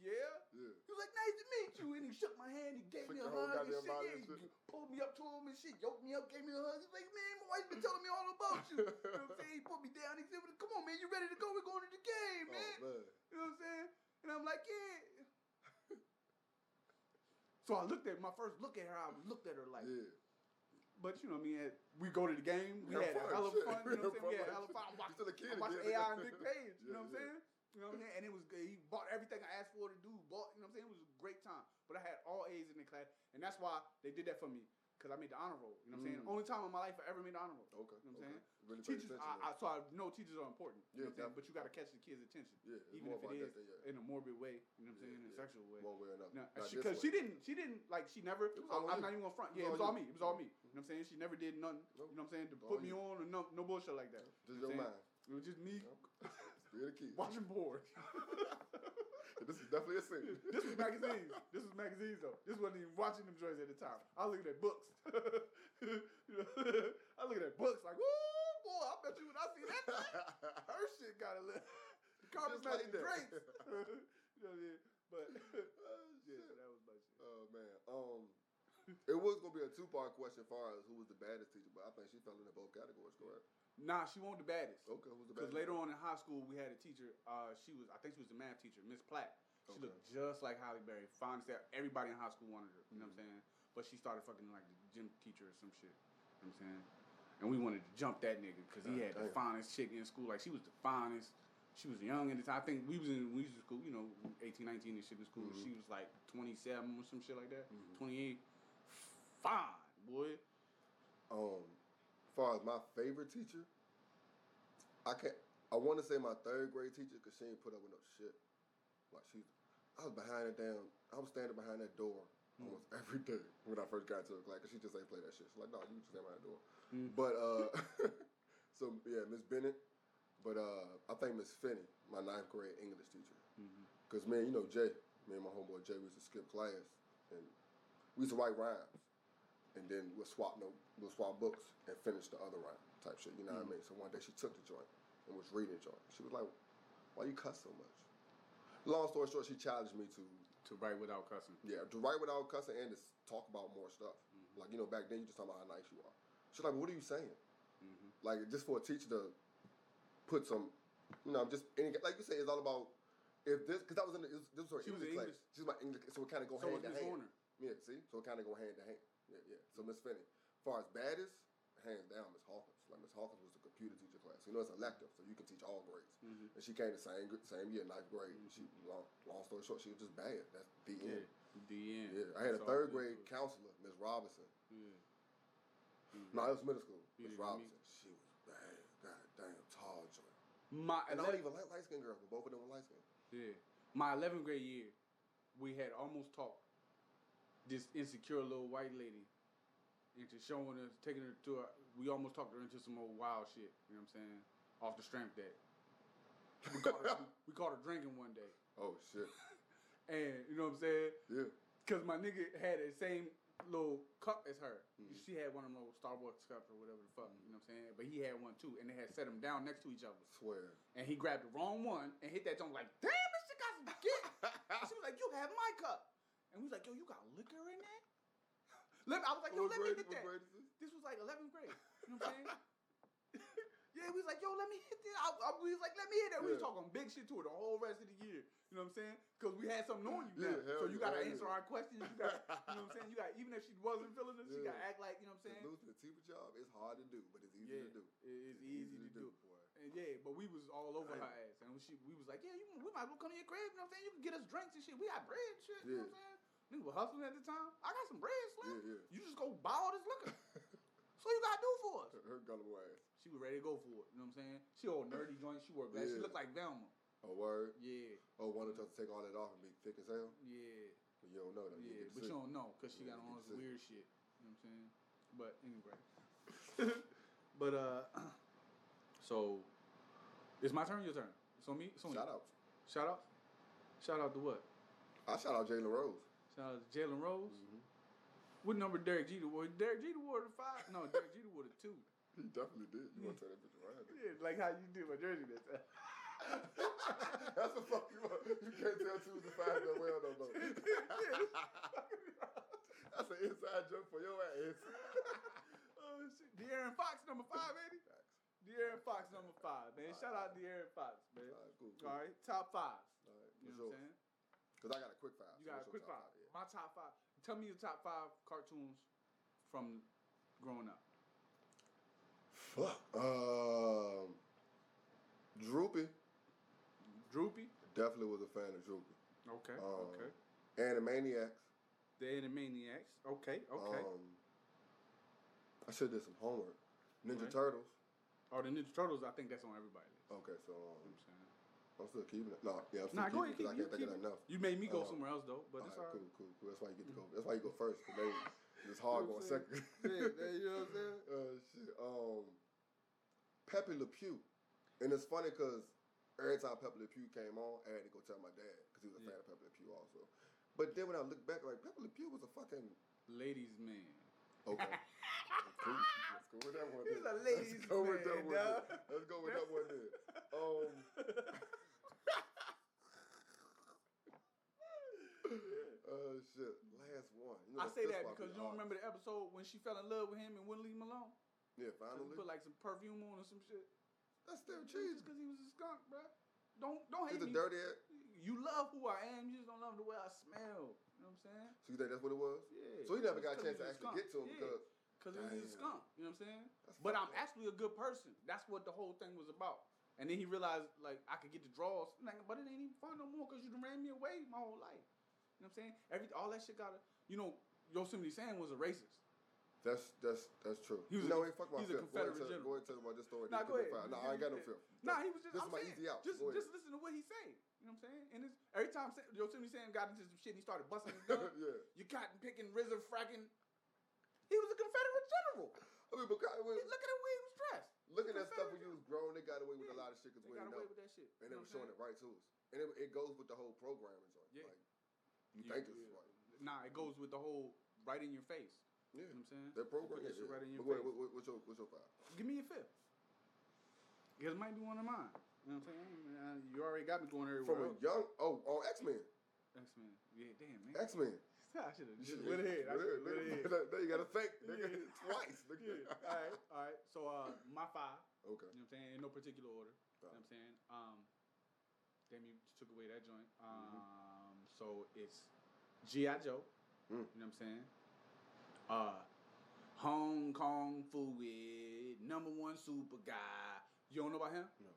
[SPEAKER 1] yeah.
[SPEAKER 2] Yeah.
[SPEAKER 1] He was like, nice to meet you. And he shook my hand, he gave
[SPEAKER 2] Shook
[SPEAKER 1] me a
[SPEAKER 2] your whole
[SPEAKER 1] hug and
[SPEAKER 2] goddamn
[SPEAKER 1] shit.
[SPEAKER 2] body
[SPEAKER 1] Yeah,
[SPEAKER 2] and
[SPEAKER 1] he
[SPEAKER 2] shit.
[SPEAKER 1] pulled me up to him and shit, yoked me up, gave me a hug. He's like, man, my wife's been telling me all about you. you know what I'm saying? He put me down. He said, come on, man, you ready to go? We're going to the game,
[SPEAKER 2] Oh
[SPEAKER 1] man.
[SPEAKER 2] man.
[SPEAKER 1] You know what I'm saying? And I'm like, yeah. so I looked at my first look at her. I looked at her like,
[SPEAKER 2] Yeah.
[SPEAKER 1] but you know what I mean. at- We go to the game. We
[SPEAKER 2] Have
[SPEAKER 1] had a
[SPEAKER 2] fun,
[SPEAKER 1] hell of
[SPEAKER 2] shit.
[SPEAKER 1] fun. You know what I'm saying? We
[SPEAKER 2] Have
[SPEAKER 1] had a
[SPEAKER 2] fun.
[SPEAKER 1] hell of fun. I'm
[SPEAKER 2] You're
[SPEAKER 1] watching,
[SPEAKER 2] still a kid
[SPEAKER 1] I'm watching
[SPEAKER 2] again.
[SPEAKER 1] AI and Big Page. You know
[SPEAKER 2] Yeah,
[SPEAKER 1] what I'm
[SPEAKER 2] yeah.
[SPEAKER 1] saying? You know what I'm saying? And it was good. He bought everything I asked for to do. Bought. You know what I'm saying? It was a great time. But I had all A's in the class, and that's why they did that for me. Cause I made the honor roll. You know what I'm saying?
[SPEAKER 2] Mm. Oh,
[SPEAKER 1] Only time in my life I ever made the honor roll.
[SPEAKER 2] Okay.
[SPEAKER 1] You know what I'm
[SPEAKER 2] okay.
[SPEAKER 1] saying?
[SPEAKER 2] Really pay
[SPEAKER 1] Teachers,
[SPEAKER 2] attention.
[SPEAKER 1] I, I,
[SPEAKER 2] then.
[SPEAKER 1] so I know teachers are important. You
[SPEAKER 2] Yeah,
[SPEAKER 1] know what I'm saying? But you got to catch the kids' attention,
[SPEAKER 2] yeah. It's
[SPEAKER 1] even
[SPEAKER 2] more
[SPEAKER 1] if it
[SPEAKER 2] about
[SPEAKER 1] is
[SPEAKER 2] that than yeah.
[SPEAKER 1] in a morbid way. You know what I'm
[SPEAKER 2] Yeah,
[SPEAKER 1] saying? In a
[SPEAKER 2] yeah.
[SPEAKER 1] sexual way.
[SPEAKER 2] One way or another.
[SPEAKER 1] No,
[SPEAKER 2] Not this
[SPEAKER 1] because
[SPEAKER 2] way.
[SPEAKER 1] she, didn't. She didn't like. She never. I,
[SPEAKER 2] was all
[SPEAKER 1] I'm
[SPEAKER 2] you.
[SPEAKER 1] not even gonna front.
[SPEAKER 2] It was
[SPEAKER 1] Yeah, it was all
[SPEAKER 2] all
[SPEAKER 1] me.
[SPEAKER 2] you.
[SPEAKER 1] It was all me. You know what I'm saying? She never did nothing.
[SPEAKER 2] Nope.
[SPEAKER 1] You know what I'm saying? To
[SPEAKER 2] All
[SPEAKER 1] put me
[SPEAKER 2] you.
[SPEAKER 1] on or no, no bullshit like that.
[SPEAKER 2] Just
[SPEAKER 1] You know what
[SPEAKER 2] your
[SPEAKER 1] I'm
[SPEAKER 2] mind.
[SPEAKER 1] saying? It was just me
[SPEAKER 2] Yep. Still the key.
[SPEAKER 1] watching porn.
[SPEAKER 2] This is definitely a scene.
[SPEAKER 1] this was magazines. This was magazines though. This wasn't even watching them joints at the time. I was looking at books. You know, I looking at books like, ooh boy, I bet you when I see that thing, her shit got a little. The carpet
[SPEAKER 2] Just like
[SPEAKER 1] matching
[SPEAKER 2] that.
[SPEAKER 1] drapes. you know what I mean? But
[SPEAKER 2] Oh,
[SPEAKER 1] yeah,
[SPEAKER 2] shit.
[SPEAKER 1] that was my shit.
[SPEAKER 2] Oh man. Um it was gonna be a two part question as far as who was the baddest teacher, but I think she fell into both categories, correct?
[SPEAKER 1] Nah, she wasn't the baddest.
[SPEAKER 2] Okay, who's the
[SPEAKER 1] Because
[SPEAKER 2] baddest?
[SPEAKER 1] later on in high school, we had a teacher. Uh, she was, I think she was a math teacher, Miss Platt. She
[SPEAKER 2] Okay.
[SPEAKER 1] looked just like Halle Berry. Fine as that. Everybody in high school wanted her. You know what I'm
[SPEAKER 2] Mm-hmm.
[SPEAKER 1] saying? But she started fucking like the gym teacher or some shit. You know what I'm saying? And we wanted to jump that nigga because he
[SPEAKER 2] God
[SPEAKER 1] had the
[SPEAKER 2] damn.
[SPEAKER 1] finest chick in school. Like she was the finest. She was young at the time. I think we was in we was in school, you know, 18, 19 and shit in school.
[SPEAKER 2] Mm-hmm.
[SPEAKER 1] She was like 27 or some shit like that. 28. Fine, boy.
[SPEAKER 2] Um, as far as my favorite teacher, I can't. I want to say my third grade teacher because she ain't put up with no shit. Like she, I was behind that damn. I was standing behind that door almost every day when I first got to her class. Cause she just ain't play that shit. She's like, no, you just stand behind the door. But uh, so yeah, Miss Bennett. But uh, I think Miss Finney, my ninth grade English teacher. Cause man, you know Jay, me and my homeboy Jay, we used to skip class and we used to write rhymes and then we'll swap no, we'll swap books and finish the other round type shit. You know what I mean? So one day she took the joint and was reading the joint. She was like, "Why you cuss so much?" Long story short, she challenged me to
[SPEAKER 1] To write without cussing.
[SPEAKER 2] yeah to write without cussing and to s- talk about more stuff. Like you know back then you just talking about how nice you are. She's like, "What are you saying?" Like just for a teacher to put some, you know, just any, like you say, it's all about. If this, because I was in the, this, this was her
[SPEAKER 1] She was an
[SPEAKER 2] English class.
[SPEAKER 1] English-
[SPEAKER 2] She's my English, so it kind of go
[SPEAKER 1] So was
[SPEAKER 2] hand to
[SPEAKER 1] Miss
[SPEAKER 2] hand.
[SPEAKER 1] Warner.
[SPEAKER 2] Yeah, see? So it kind of go hand to hand. Yeah, yeah. So Miss Finney, far as baddest, hands down, Miss Hawkins. Like Miss Hawkins was the computer teacher class. You know, it's elective, so you can teach all grades.
[SPEAKER 1] Mm-hmm.
[SPEAKER 2] And she came the same gr- same year, ninth grade. She long, long story short, she was just bad. That's the
[SPEAKER 1] Yeah.
[SPEAKER 2] end.
[SPEAKER 1] The end.
[SPEAKER 2] Yeah, I had
[SPEAKER 1] That's all
[SPEAKER 2] a third
[SPEAKER 1] it was.
[SPEAKER 2] grade counselor, Miss Robinson.
[SPEAKER 1] Yeah.
[SPEAKER 2] No, it was middle school.
[SPEAKER 1] You
[SPEAKER 2] Miss
[SPEAKER 1] didn't meet-
[SPEAKER 2] Robinson. She was bad. God damn, tall joint.
[SPEAKER 1] My
[SPEAKER 2] And I don't
[SPEAKER 1] 11
[SPEAKER 2] even like light skinned girls, but both of them were light skinned.
[SPEAKER 1] yeah, my eleventh grade year, we had almost talked this insecure little white lady into showing us, taking her to. A, we almost talked her into some old wild shit. You know what I'm saying? Off the strength that we caught her, we caught her drinking one day,
[SPEAKER 2] Oh shit.
[SPEAKER 1] and you know what I'm saying?
[SPEAKER 2] Yeah.
[SPEAKER 1] Because my nigga had the same little cup as her.
[SPEAKER 2] Mm-hmm.
[SPEAKER 1] She had one of them little Starbucks cups or whatever the fuck. You know what I'm saying? But he had one too, and they had set them down next to each other
[SPEAKER 2] Swear.
[SPEAKER 1] and he grabbed the wrong one and hit that joint like, damn, this shit got some dick. she was like, you have my cup. And we was like, yo, you got liquor in that? Let me, I was like, yo,
[SPEAKER 2] What
[SPEAKER 1] let me
[SPEAKER 2] grade-
[SPEAKER 1] hit
[SPEAKER 2] what
[SPEAKER 1] that.
[SPEAKER 2] grade is this?
[SPEAKER 1] This was like 11th grade. You know what I'm saying? Yeah, we was like, yo, let me hit this. I, I, we was like, let me hit that. We was
[SPEAKER 2] Yeah.
[SPEAKER 1] talking big shit to her the whole rest of the year. You know what I'm saying? Because we had something on you
[SPEAKER 2] Yeah,
[SPEAKER 1] now.
[SPEAKER 2] hell
[SPEAKER 1] so you
[SPEAKER 2] yeah,
[SPEAKER 1] gotta
[SPEAKER 2] hell
[SPEAKER 1] answer
[SPEAKER 2] yeah.
[SPEAKER 1] our questions. You got, you know what I'm saying? You got even if she wasn't feeling it, she
[SPEAKER 2] Yeah.
[SPEAKER 1] gotta act like you know what I'm
[SPEAKER 2] Just
[SPEAKER 1] saying.
[SPEAKER 2] losing a teacher job is hard to do, but it's easy
[SPEAKER 1] Yeah,
[SPEAKER 2] to do.
[SPEAKER 1] it- it's easy to do.
[SPEAKER 2] boy.
[SPEAKER 1] And yeah, but we was all over her ass, and she we was like, yeah, you, we might as well come to your crib. You know what I'm saying? You can get us drinks and shit. We got bread and shit. You know what I'm saying? Niggas were hustling at the time. I got some bread, Slim.
[SPEAKER 2] Yeah, yeah.
[SPEAKER 1] You just go buy all this liquor. so you gotta do for us.
[SPEAKER 2] Her, her gullible ass.
[SPEAKER 1] She was ready to go for it. You know what I'm saying? She old nerdy joint. She wore glasses. She
[SPEAKER 2] Yeah.
[SPEAKER 1] looked like Velma.
[SPEAKER 2] A word.
[SPEAKER 1] Yeah,
[SPEAKER 2] Oh, wanted us to take all that off and be thick as hell.
[SPEAKER 1] yeah,
[SPEAKER 2] But you don't know that.
[SPEAKER 1] yeah.
[SPEAKER 2] You
[SPEAKER 1] But you don't know because she
[SPEAKER 2] Yeah,
[SPEAKER 1] got on
[SPEAKER 2] you get
[SPEAKER 1] this
[SPEAKER 2] sick.
[SPEAKER 1] weird shit. You know what I'm saying? But anyway. but uh, so it's my turn. Your turn. So me. So
[SPEAKER 2] Shout out.
[SPEAKER 1] Shout out. Shout out to what?
[SPEAKER 2] I shout out Jalen Rose.
[SPEAKER 1] Shout out to Jalen Rose.
[SPEAKER 2] Mhm.
[SPEAKER 1] What number Derek Jeter wore? Derek Jeter wore the five. No, Derek Jeter wore the two.
[SPEAKER 2] He definitely did. You want to turn that bitch around?
[SPEAKER 1] Yeah, like how you do my jersey that time.
[SPEAKER 2] That's the fuck you want. You can't tell two to five that well no more. That's an inside joke for your ass.
[SPEAKER 1] oh shit. De'Aaron Fox number five, baby. De'Aaron Fox number five, man. Shout out De'Aaron Fox, man.
[SPEAKER 2] All right, cool. cool.
[SPEAKER 1] All right, top five.
[SPEAKER 2] All right.
[SPEAKER 1] You
[SPEAKER 2] What's
[SPEAKER 1] know what I'm
[SPEAKER 2] yours?
[SPEAKER 1] saying?
[SPEAKER 2] Because I got a quick five.
[SPEAKER 1] You
[SPEAKER 2] so
[SPEAKER 1] got a
[SPEAKER 2] what's your
[SPEAKER 1] quick
[SPEAKER 2] top
[SPEAKER 1] five. My top five. Tell me your top five cartoons from growing up.
[SPEAKER 2] yeah. Fuck. Um, Droopy.
[SPEAKER 1] Mm-hmm. Droopy.
[SPEAKER 2] Definitely was a fan of Droopy.
[SPEAKER 1] Okay.
[SPEAKER 2] Um,
[SPEAKER 1] okay.
[SPEAKER 2] Animaniacs.
[SPEAKER 1] The Animaniacs. Okay. Okay.
[SPEAKER 2] Um, I should did some homework. Ninja
[SPEAKER 1] Alright.
[SPEAKER 2] Turtles.
[SPEAKER 1] oh, the Ninja Turtles. I think that's on everybody. list.
[SPEAKER 2] Okay,
[SPEAKER 1] You
[SPEAKER 2] so
[SPEAKER 1] know
[SPEAKER 2] um,
[SPEAKER 1] what I'm saying.
[SPEAKER 2] I'm still keeping it. No, yeah, I'm still
[SPEAKER 1] Nah, go
[SPEAKER 2] keeping
[SPEAKER 1] ahead. Keep,
[SPEAKER 2] it 'cause I
[SPEAKER 1] you,
[SPEAKER 2] can't think
[SPEAKER 1] keep,
[SPEAKER 2] of nothing else.
[SPEAKER 1] you made me go
[SPEAKER 2] Uh,
[SPEAKER 1] somewhere else though, but
[SPEAKER 2] All
[SPEAKER 1] it's
[SPEAKER 2] right,
[SPEAKER 1] all Mm. right.
[SPEAKER 2] cool, cool, cool. That's why you get to go. That's why you go first. 'cause they, it's hard
[SPEAKER 1] You know
[SPEAKER 2] going
[SPEAKER 1] what I'm
[SPEAKER 2] second.
[SPEAKER 1] Yeah, yeah, you know what I'm saying?
[SPEAKER 2] Uh, shit. Um, Pepe Le Pew, and it's funny because every time Pepe Le Pew came on, I had to go tell my dad because he was a
[SPEAKER 1] Yeah.
[SPEAKER 2] fan of Pepe Le Pew also. But then when I look back, like Pepe Le Pew was a fucking
[SPEAKER 1] Ladies man.
[SPEAKER 2] okay. cool. Let's go with that one.
[SPEAKER 1] He's
[SPEAKER 2] then.
[SPEAKER 1] a ladies'
[SPEAKER 2] Let's go with that
[SPEAKER 1] man,
[SPEAKER 2] one. then.
[SPEAKER 1] dawg.
[SPEAKER 2] Let's go with that one. Then. Um, uh, shit. Last one. You know
[SPEAKER 1] I
[SPEAKER 2] the
[SPEAKER 1] say
[SPEAKER 2] fist
[SPEAKER 1] that
[SPEAKER 2] bump
[SPEAKER 1] because
[SPEAKER 2] is
[SPEAKER 1] you don't
[SPEAKER 2] hard.
[SPEAKER 1] remember the episode when she fell in love with him and wouldn't leave him alone.
[SPEAKER 2] Yeah,
[SPEAKER 1] So he
[SPEAKER 2] finally.
[SPEAKER 1] put like some perfume on or some shit.
[SPEAKER 2] That's still
[SPEAKER 1] Cheese,
[SPEAKER 2] cheese.
[SPEAKER 1] because he was a skunk, bro. Don't don't hate
[SPEAKER 2] He's a
[SPEAKER 1] me.
[SPEAKER 2] dirty ass.
[SPEAKER 1] You love who I am. You just don't love the way I smell. You know what I'm saying?
[SPEAKER 2] So you think that's what it was?
[SPEAKER 1] Yeah.
[SPEAKER 2] So he never got a
[SPEAKER 1] 'Cause
[SPEAKER 2] chance
[SPEAKER 1] he's
[SPEAKER 2] to actually get to him
[SPEAKER 1] skunk.
[SPEAKER 2] because
[SPEAKER 1] Cause it was a
[SPEAKER 2] Damn.
[SPEAKER 1] skunk, you know what I'm saying?
[SPEAKER 2] That's
[SPEAKER 1] but I'm
[SPEAKER 2] fucked up.
[SPEAKER 1] actually a good person. That's what the whole thing was about. And then he realized like I could get the draws, I'm like, but it ain't even fun no more because you done ran me away my whole life. You know what I'm saying? Every all that shit got to you know Yosemite Sam was a racist.
[SPEAKER 2] that's that's that's true.
[SPEAKER 1] He was
[SPEAKER 2] no,
[SPEAKER 1] a-
[SPEAKER 2] ain't fuck my
[SPEAKER 1] he's a Confederate
[SPEAKER 2] fifth. go ahead, tell,
[SPEAKER 1] general.
[SPEAKER 2] go ahead tell about this story.
[SPEAKER 1] Nah,
[SPEAKER 2] then
[SPEAKER 1] go ahead.
[SPEAKER 2] pick up five. Nah, I ain't got no fifth.
[SPEAKER 1] Nah, he was just.
[SPEAKER 2] This
[SPEAKER 1] I'm
[SPEAKER 2] is my
[SPEAKER 1] saying,
[SPEAKER 2] easy out.
[SPEAKER 1] Just,
[SPEAKER 2] Go ahead.
[SPEAKER 1] just listen to what he say. You know what I'm saying? And it's, every time Sam, Yosemite Sam got into some shit, and he started busting his gun.
[SPEAKER 2] Yeah.
[SPEAKER 1] You cotton picking, RZA fracking. He was a Confederate general.
[SPEAKER 2] I mean,
[SPEAKER 1] Look
[SPEAKER 2] because
[SPEAKER 1] at the way he was dressed.
[SPEAKER 2] looking at stuff
[SPEAKER 1] Confederate
[SPEAKER 2] when you was grown, they got away with a
[SPEAKER 1] Yeah.
[SPEAKER 2] lot of shit because
[SPEAKER 1] They
[SPEAKER 2] we
[SPEAKER 1] got
[SPEAKER 2] didn't
[SPEAKER 1] away
[SPEAKER 2] know,
[SPEAKER 1] with that shit.
[SPEAKER 2] and
[SPEAKER 1] You
[SPEAKER 2] they
[SPEAKER 1] know what
[SPEAKER 2] were showing it
[SPEAKER 1] I'm
[SPEAKER 2] right to us. And it, it goes with the whole programming joint.
[SPEAKER 1] Yeah.
[SPEAKER 2] Like, you
[SPEAKER 1] Yeah,
[SPEAKER 2] think this is
[SPEAKER 1] yeah.
[SPEAKER 2] right?
[SPEAKER 1] saying? Nah, it goes with the whole right in your face.
[SPEAKER 2] Yeah.
[SPEAKER 1] You know what I'm saying?
[SPEAKER 2] That program.
[SPEAKER 1] Put that shit
[SPEAKER 2] Yeah, yeah.
[SPEAKER 1] right in your
[SPEAKER 2] But wait,
[SPEAKER 1] face.
[SPEAKER 2] what- what- what's your what's your five?
[SPEAKER 1] Give me a fifth. Because it might be one of mine. You know what I'm saying? Uh, You already got me going
[SPEAKER 2] From a
[SPEAKER 1] everywhere.
[SPEAKER 2] young oh oh X Men
[SPEAKER 1] X Men. Yeah, damn, man.
[SPEAKER 2] X Men.
[SPEAKER 1] I should have went ahead. I should have went ahead.
[SPEAKER 2] Now you gotta think nigga,
[SPEAKER 1] Yeah.
[SPEAKER 2] twice. Nigga.
[SPEAKER 1] Yeah. All right, all right. So uh, my five.
[SPEAKER 2] Okay.
[SPEAKER 1] You know what I'm saying? In no particular order. You know what
[SPEAKER 2] Right.
[SPEAKER 1] I'm saying? Um, damn, you took away that joint.
[SPEAKER 2] Mm-hmm.
[SPEAKER 1] Um, so it's G.I. Joe. You know
[SPEAKER 2] Mm.
[SPEAKER 1] what I'm saying? Uh, Hong Kong Fooey, number one super guy. You don't know about him?
[SPEAKER 2] No.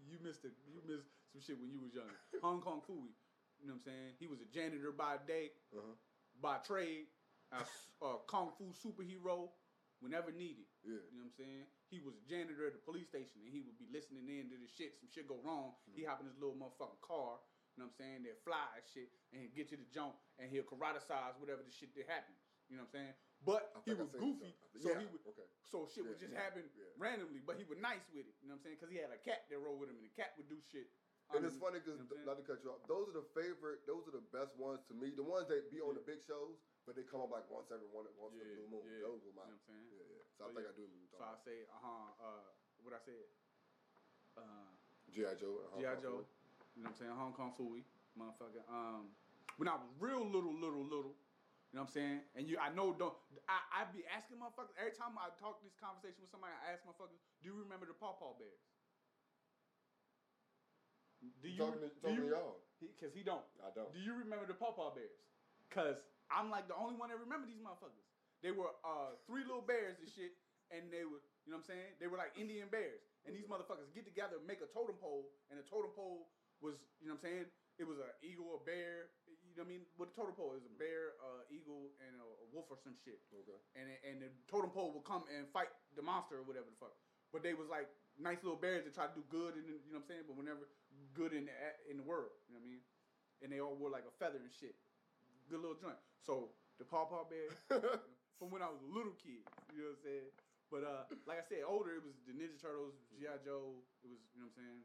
[SPEAKER 1] You missed it. You missed some shit when you was younger. Hong Kong Fooey. You know what I'm saying? He was a janitor by day
[SPEAKER 2] Uh-huh.
[SPEAKER 1] by trade, a, s- a kung fu superhero whenever needed.
[SPEAKER 2] Yeah.
[SPEAKER 1] You know what I'm saying? He was a janitor at the police station and he would be listening in to the shit. Some shit go wrong.
[SPEAKER 2] Mm-hmm.
[SPEAKER 1] He hop in his little motherfucking car, you know what I'm saying? They'll fly and shit and he'll get to the jump and he'll karate-size whatever the shit that happens. You know what I'm saying? But
[SPEAKER 2] I
[SPEAKER 1] he
[SPEAKER 2] think I
[SPEAKER 1] was
[SPEAKER 2] seen
[SPEAKER 1] goofy,
[SPEAKER 2] this joke.
[SPEAKER 1] so
[SPEAKER 2] Yeah,
[SPEAKER 1] he would.
[SPEAKER 2] okay.
[SPEAKER 1] So shit would
[SPEAKER 2] Yeah,
[SPEAKER 1] just
[SPEAKER 2] yeah,
[SPEAKER 1] happen
[SPEAKER 2] yeah.
[SPEAKER 1] randomly, but he was nice with it. You know what I'm saying? Because he had a cat that rode with him, and the cat would do shit.
[SPEAKER 2] And
[SPEAKER 1] underneath,
[SPEAKER 2] it's funny
[SPEAKER 1] you
[SPEAKER 2] because
[SPEAKER 1] know what I'm
[SPEAKER 2] not to cut you off. Those are the favorite. Those are the best ones to me. The ones that be on the big shows, but they come up like once every one, once in
[SPEAKER 1] Yeah,
[SPEAKER 2] the blue moon.
[SPEAKER 1] yeah.
[SPEAKER 2] Those were my.
[SPEAKER 1] You know what I'm saying?
[SPEAKER 2] Yeah, yeah. So I
[SPEAKER 1] So,
[SPEAKER 2] think
[SPEAKER 1] yeah.
[SPEAKER 2] I do remember.
[SPEAKER 1] So I say, uh-huh, uh what I said, uh,
[SPEAKER 2] GI Joe. uh,
[SPEAKER 1] GI
[SPEAKER 2] Hong Kong
[SPEAKER 1] Joe. You know what I'm saying? Hong Kong Fooey, motherfucker. Um, when I was real little, little, little, you know what know what I'm saying? And you, I know, don't. I, I be asking motherfuckers every time I talk this conversation with somebody. I ask motherfuckers, do you remember the Paw Paw Bears? Do you?
[SPEAKER 2] talking to,
[SPEAKER 1] do
[SPEAKER 2] talking to
[SPEAKER 1] you?
[SPEAKER 2] y'all.
[SPEAKER 1] Because he, don't.
[SPEAKER 2] I don't.
[SPEAKER 1] Do you remember the Paw Paw Bears? Because I'm like the only one that remember these motherfuckers. They were uh, three little bears and shit, and they were, you know what I'm saying? They were like Indian bears. And these motherfuckers get together and make a totem pole, and the totem pole was, you know what I'm saying? It was an eagle, a bear, you know what I mean? What the totem pole is a bear, uh, eagle, and a, a wolf or some shit.
[SPEAKER 2] Okay.
[SPEAKER 1] And, and the totem pole will come and fight the monster or whatever the fuck. But they was like nice little bears that try to do good, and you know what I'm saying? But whenever good in the, in the world, you know what I mean? and they all wore like a feather and shit. Good little joint. So the Paw Paw Bear from when I was a little kid, you know what I'm saying? But uh, like I said, older it was the Ninja Turtles, GI Joe. It was you know what I'm saying.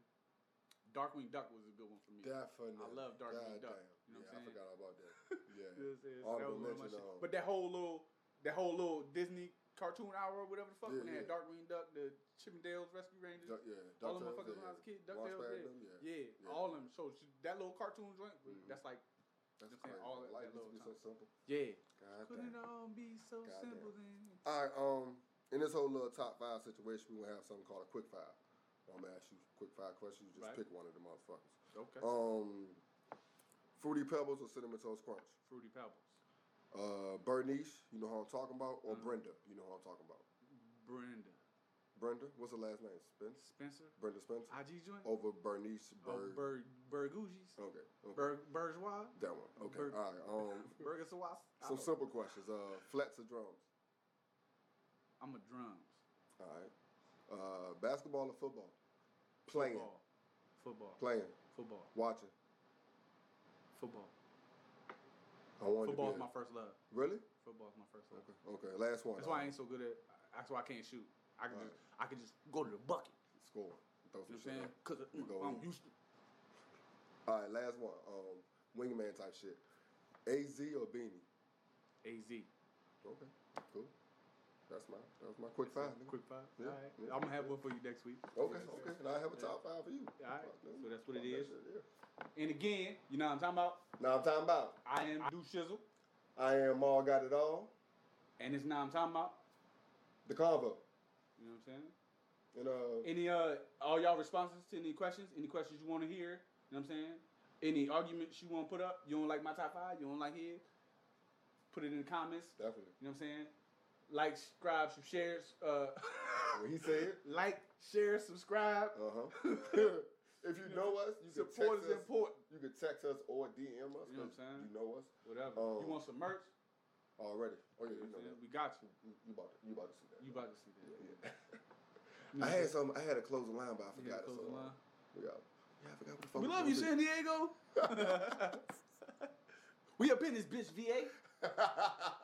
[SPEAKER 1] Darkwing Duck was a good one for me.
[SPEAKER 2] Definitely.
[SPEAKER 1] I love Dark Knight
[SPEAKER 2] Goddamn.
[SPEAKER 1] Duck, you know what I'm
[SPEAKER 2] yeah, I
[SPEAKER 1] saying?
[SPEAKER 2] forgot about that.
[SPEAKER 1] You
[SPEAKER 2] Yeah.
[SPEAKER 1] know what I'm saying? So that
[SPEAKER 2] Honorable
[SPEAKER 1] was one of my
[SPEAKER 2] mention,
[SPEAKER 1] shit.
[SPEAKER 2] um,
[SPEAKER 1] But that whole little that whole little Disney cartoon hour or whatever the fuck
[SPEAKER 2] Yeah,
[SPEAKER 1] when they had
[SPEAKER 2] yeah.
[SPEAKER 1] Darkwing Duck, the Chippendales Rescue Rangers.
[SPEAKER 2] Duck, yeah.
[SPEAKER 1] all them
[SPEAKER 2] DuckTales,
[SPEAKER 1] motherfuckers
[SPEAKER 2] yeah.
[SPEAKER 1] when I was a kid,
[SPEAKER 2] Watch
[SPEAKER 1] DuckTales,
[SPEAKER 2] Band,
[SPEAKER 1] yeah.
[SPEAKER 2] them, yeah.
[SPEAKER 1] yeah,
[SPEAKER 2] Yeah.
[SPEAKER 1] all them. So sh- that little cartoon joint,
[SPEAKER 2] Mhm.
[SPEAKER 1] that's like,
[SPEAKER 2] That's
[SPEAKER 1] I'm saying,
[SPEAKER 2] crazy.
[SPEAKER 1] all that-
[SPEAKER 2] Life
[SPEAKER 1] that
[SPEAKER 2] used to be
[SPEAKER 1] little
[SPEAKER 2] so simple.
[SPEAKER 1] yeah.
[SPEAKER 2] God
[SPEAKER 1] Could it all um, be so
[SPEAKER 2] Goddamn.
[SPEAKER 1] simple then?
[SPEAKER 2] All right. Um, in this whole little top five situation, we're gonna have something called a quick five. I'm gonna ask you quick five questions. You
[SPEAKER 1] Right.
[SPEAKER 2] just pick one of the motherfuckers.
[SPEAKER 1] Okay.
[SPEAKER 2] Um, fruity pebbles or cinnamon toast crunch.
[SPEAKER 1] Fruity Pebbles.
[SPEAKER 2] Uh, Bernice, you know who I'm talking about, or
[SPEAKER 1] Mhm.
[SPEAKER 2] Brenda, you know who I'm talking about.
[SPEAKER 1] Brenda.
[SPEAKER 2] Brenda, what's her last name? Spence.
[SPEAKER 1] Spencer.
[SPEAKER 2] Brenda Spencer.
[SPEAKER 1] IG joint.
[SPEAKER 2] Over Bernice
[SPEAKER 1] Oh,
[SPEAKER 2] Berg.
[SPEAKER 1] Bur- Burgoogies.
[SPEAKER 2] okay. okay.
[SPEAKER 1] Bur- Bourgeois.
[SPEAKER 2] that one. Okay.
[SPEAKER 1] Berg-
[SPEAKER 2] All right. Um,
[SPEAKER 1] Burger Swas. I
[SPEAKER 2] some
[SPEAKER 1] don't-
[SPEAKER 2] simple questions. Uh, flats or drums.
[SPEAKER 1] I'm a drums.
[SPEAKER 2] All right. Uh, basketball or football? Playing.
[SPEAKER 1] Football. Football.
[SPEAKER 2] Playing.
[SPEAKER 1] Football.
[SPEAKER 2] Watching.
[SPEAKER 1] Football.
[SPEAKER 2] I wanted
[SPEAKER 1] Football
[SPEAKER 2] to
[SPEAKER 1] is
[SPEAKER 2] be
[SPEAKER 1] my
[SPEAKER 2] a-
[SPEAKER 1] first love.
[SPEAKER 2] Really?
[SPEAKER 1] Football is my first love.
[SPEAKER 2] Okay. Okay. Last one.
[SPEAKER 1] That's why I ain't so good at. That's why I can't shoot. I can
[SPEAKER 2] Right.
[SPEAKER 1] just. I can just go to the bucket.
[SPEAKER 2] Uh, Score. Throw
[SPEAKER 1] You know what
[SPEAKER 2] some
[SPEAKER 1] I'm
[SPEAKER 2] shit.
[SPEAKER 1] saying?
[SPEAKER 2] up.
[SPEAKER 1] Cause
[SPEAKER 2] You go
[SPEAKER 1] I'm
[SPEAKER 2] in.
[SPEAKER 1] used to.
[SPEAKER 2] All right. Last one. Um, wingman type shit. Az or beanie?
[SPEAKER 1] Az.
[SPEAKER 2] Okay. Cool. That's my that was my quick five. nigga.
[SPEAKER 1] Quick five.
[SPEAKER 2] Yeah,
[SPEAKER 1] All right.
[SPEAKER 2] yeah.
[SPEAKER 1] I'm gonna have one for you next week.
[SPEAKER 2] Okay. Okay. And I have a top five for you.
[SPEAKER 1] All right.
[SPEAKER 2] Fuck, nigga.
[SPEAKER 1] So that's what it
[SPEAKER 2] Fuck that
[SPEAKER 1] is.
[SPEAKER 2] shit, yeah.
[SPEAKER 1] And again, you know what I'm talking about.
[SPEAKER 2] Now I'm talking about.
[SPEAKER 1] I am Do Shizzle,
[SPEAKER 2] I am all got it all.
[SPEAKER 1] and it's now I'm talking about.
[SPEAKER 2] The convo.
[SPEAKER 1] You know what I'm saying?
[SPEAKER 2] And uh,
[SPEAKER 1] Any uh, all y'all responses to any questions? Any questions you want to hear? You know what I'm saying? Any arguments you want to put up? You don't like my top five? You don't like his? Put it in the comments.
[SPEAKER 2] definitely.
[SPEAKER 1] You know what I'm saying? Like, subscribe, some shares. Uh,
[SPEAKER 2] When he said.
[SPEAKER 1] like, share, subscribe.
[SPEAKER 2] Uh huh. if you know us, you can
[SPEAKER 1] Support
[SPEAKER 2] text
[SPEAKER 1] is
[SPEAKER 2] us.
[SPEAKER 1] important.
[SPEAKER 2] You can text us or DM us.
[SPEAKER 1] You know what I'm
[SPEAKER 2] 'cause
[SPEAKER 1] saying?
[SPEAKER 2] You know us
[SPEAKER 1] Whatever.
[SPEAKER 2] Oh.
[SPEAKER 1] you want some merch?
[SPEAKER 2] already. Oh yeah,
[SPEAKER 1] You know
[SPEAKER 2] you
[SPEAKER 1] what
[SPEAKER 2] know
[SPEAKER 1] I'm saying?
[SPEAKER 2] that.
[SPEAKER 1] We got you.
[SPEAKER 2] You, you about to you about to see that.
[SPEAKER 1] You about to see that.
[SPEAKER 2] Yeah,
[SPEAKER 1] You
[SPEAKER 2] yeah.
[SPEAKER 1] know what I'm
[SPEAKER 2] I had
[SPEAKER 1] saying?
[SPEAKER 2] some. I had a closing line, but I
[SPEAKER 1] You gotta
[SPEAKER 2] forgot it.
[SPEAKER 1] close
[SPEAKER 2] So
[SPEAKER 1] the
[SPEAKER 2] uh,
[SPEAKER 1] line.
[SPEAKER 2] we got. Yeah, I forgot what the fuck.
[SPEAKER 1] We
[SPEAKER 2] was
[SPEAKER 1] love
[SPEAKER 2] gonna
[SPEAKER 1] you,
[SPEAKER 2] be.
[SPEAKER 1] San Diego. we up in this bitch, VA.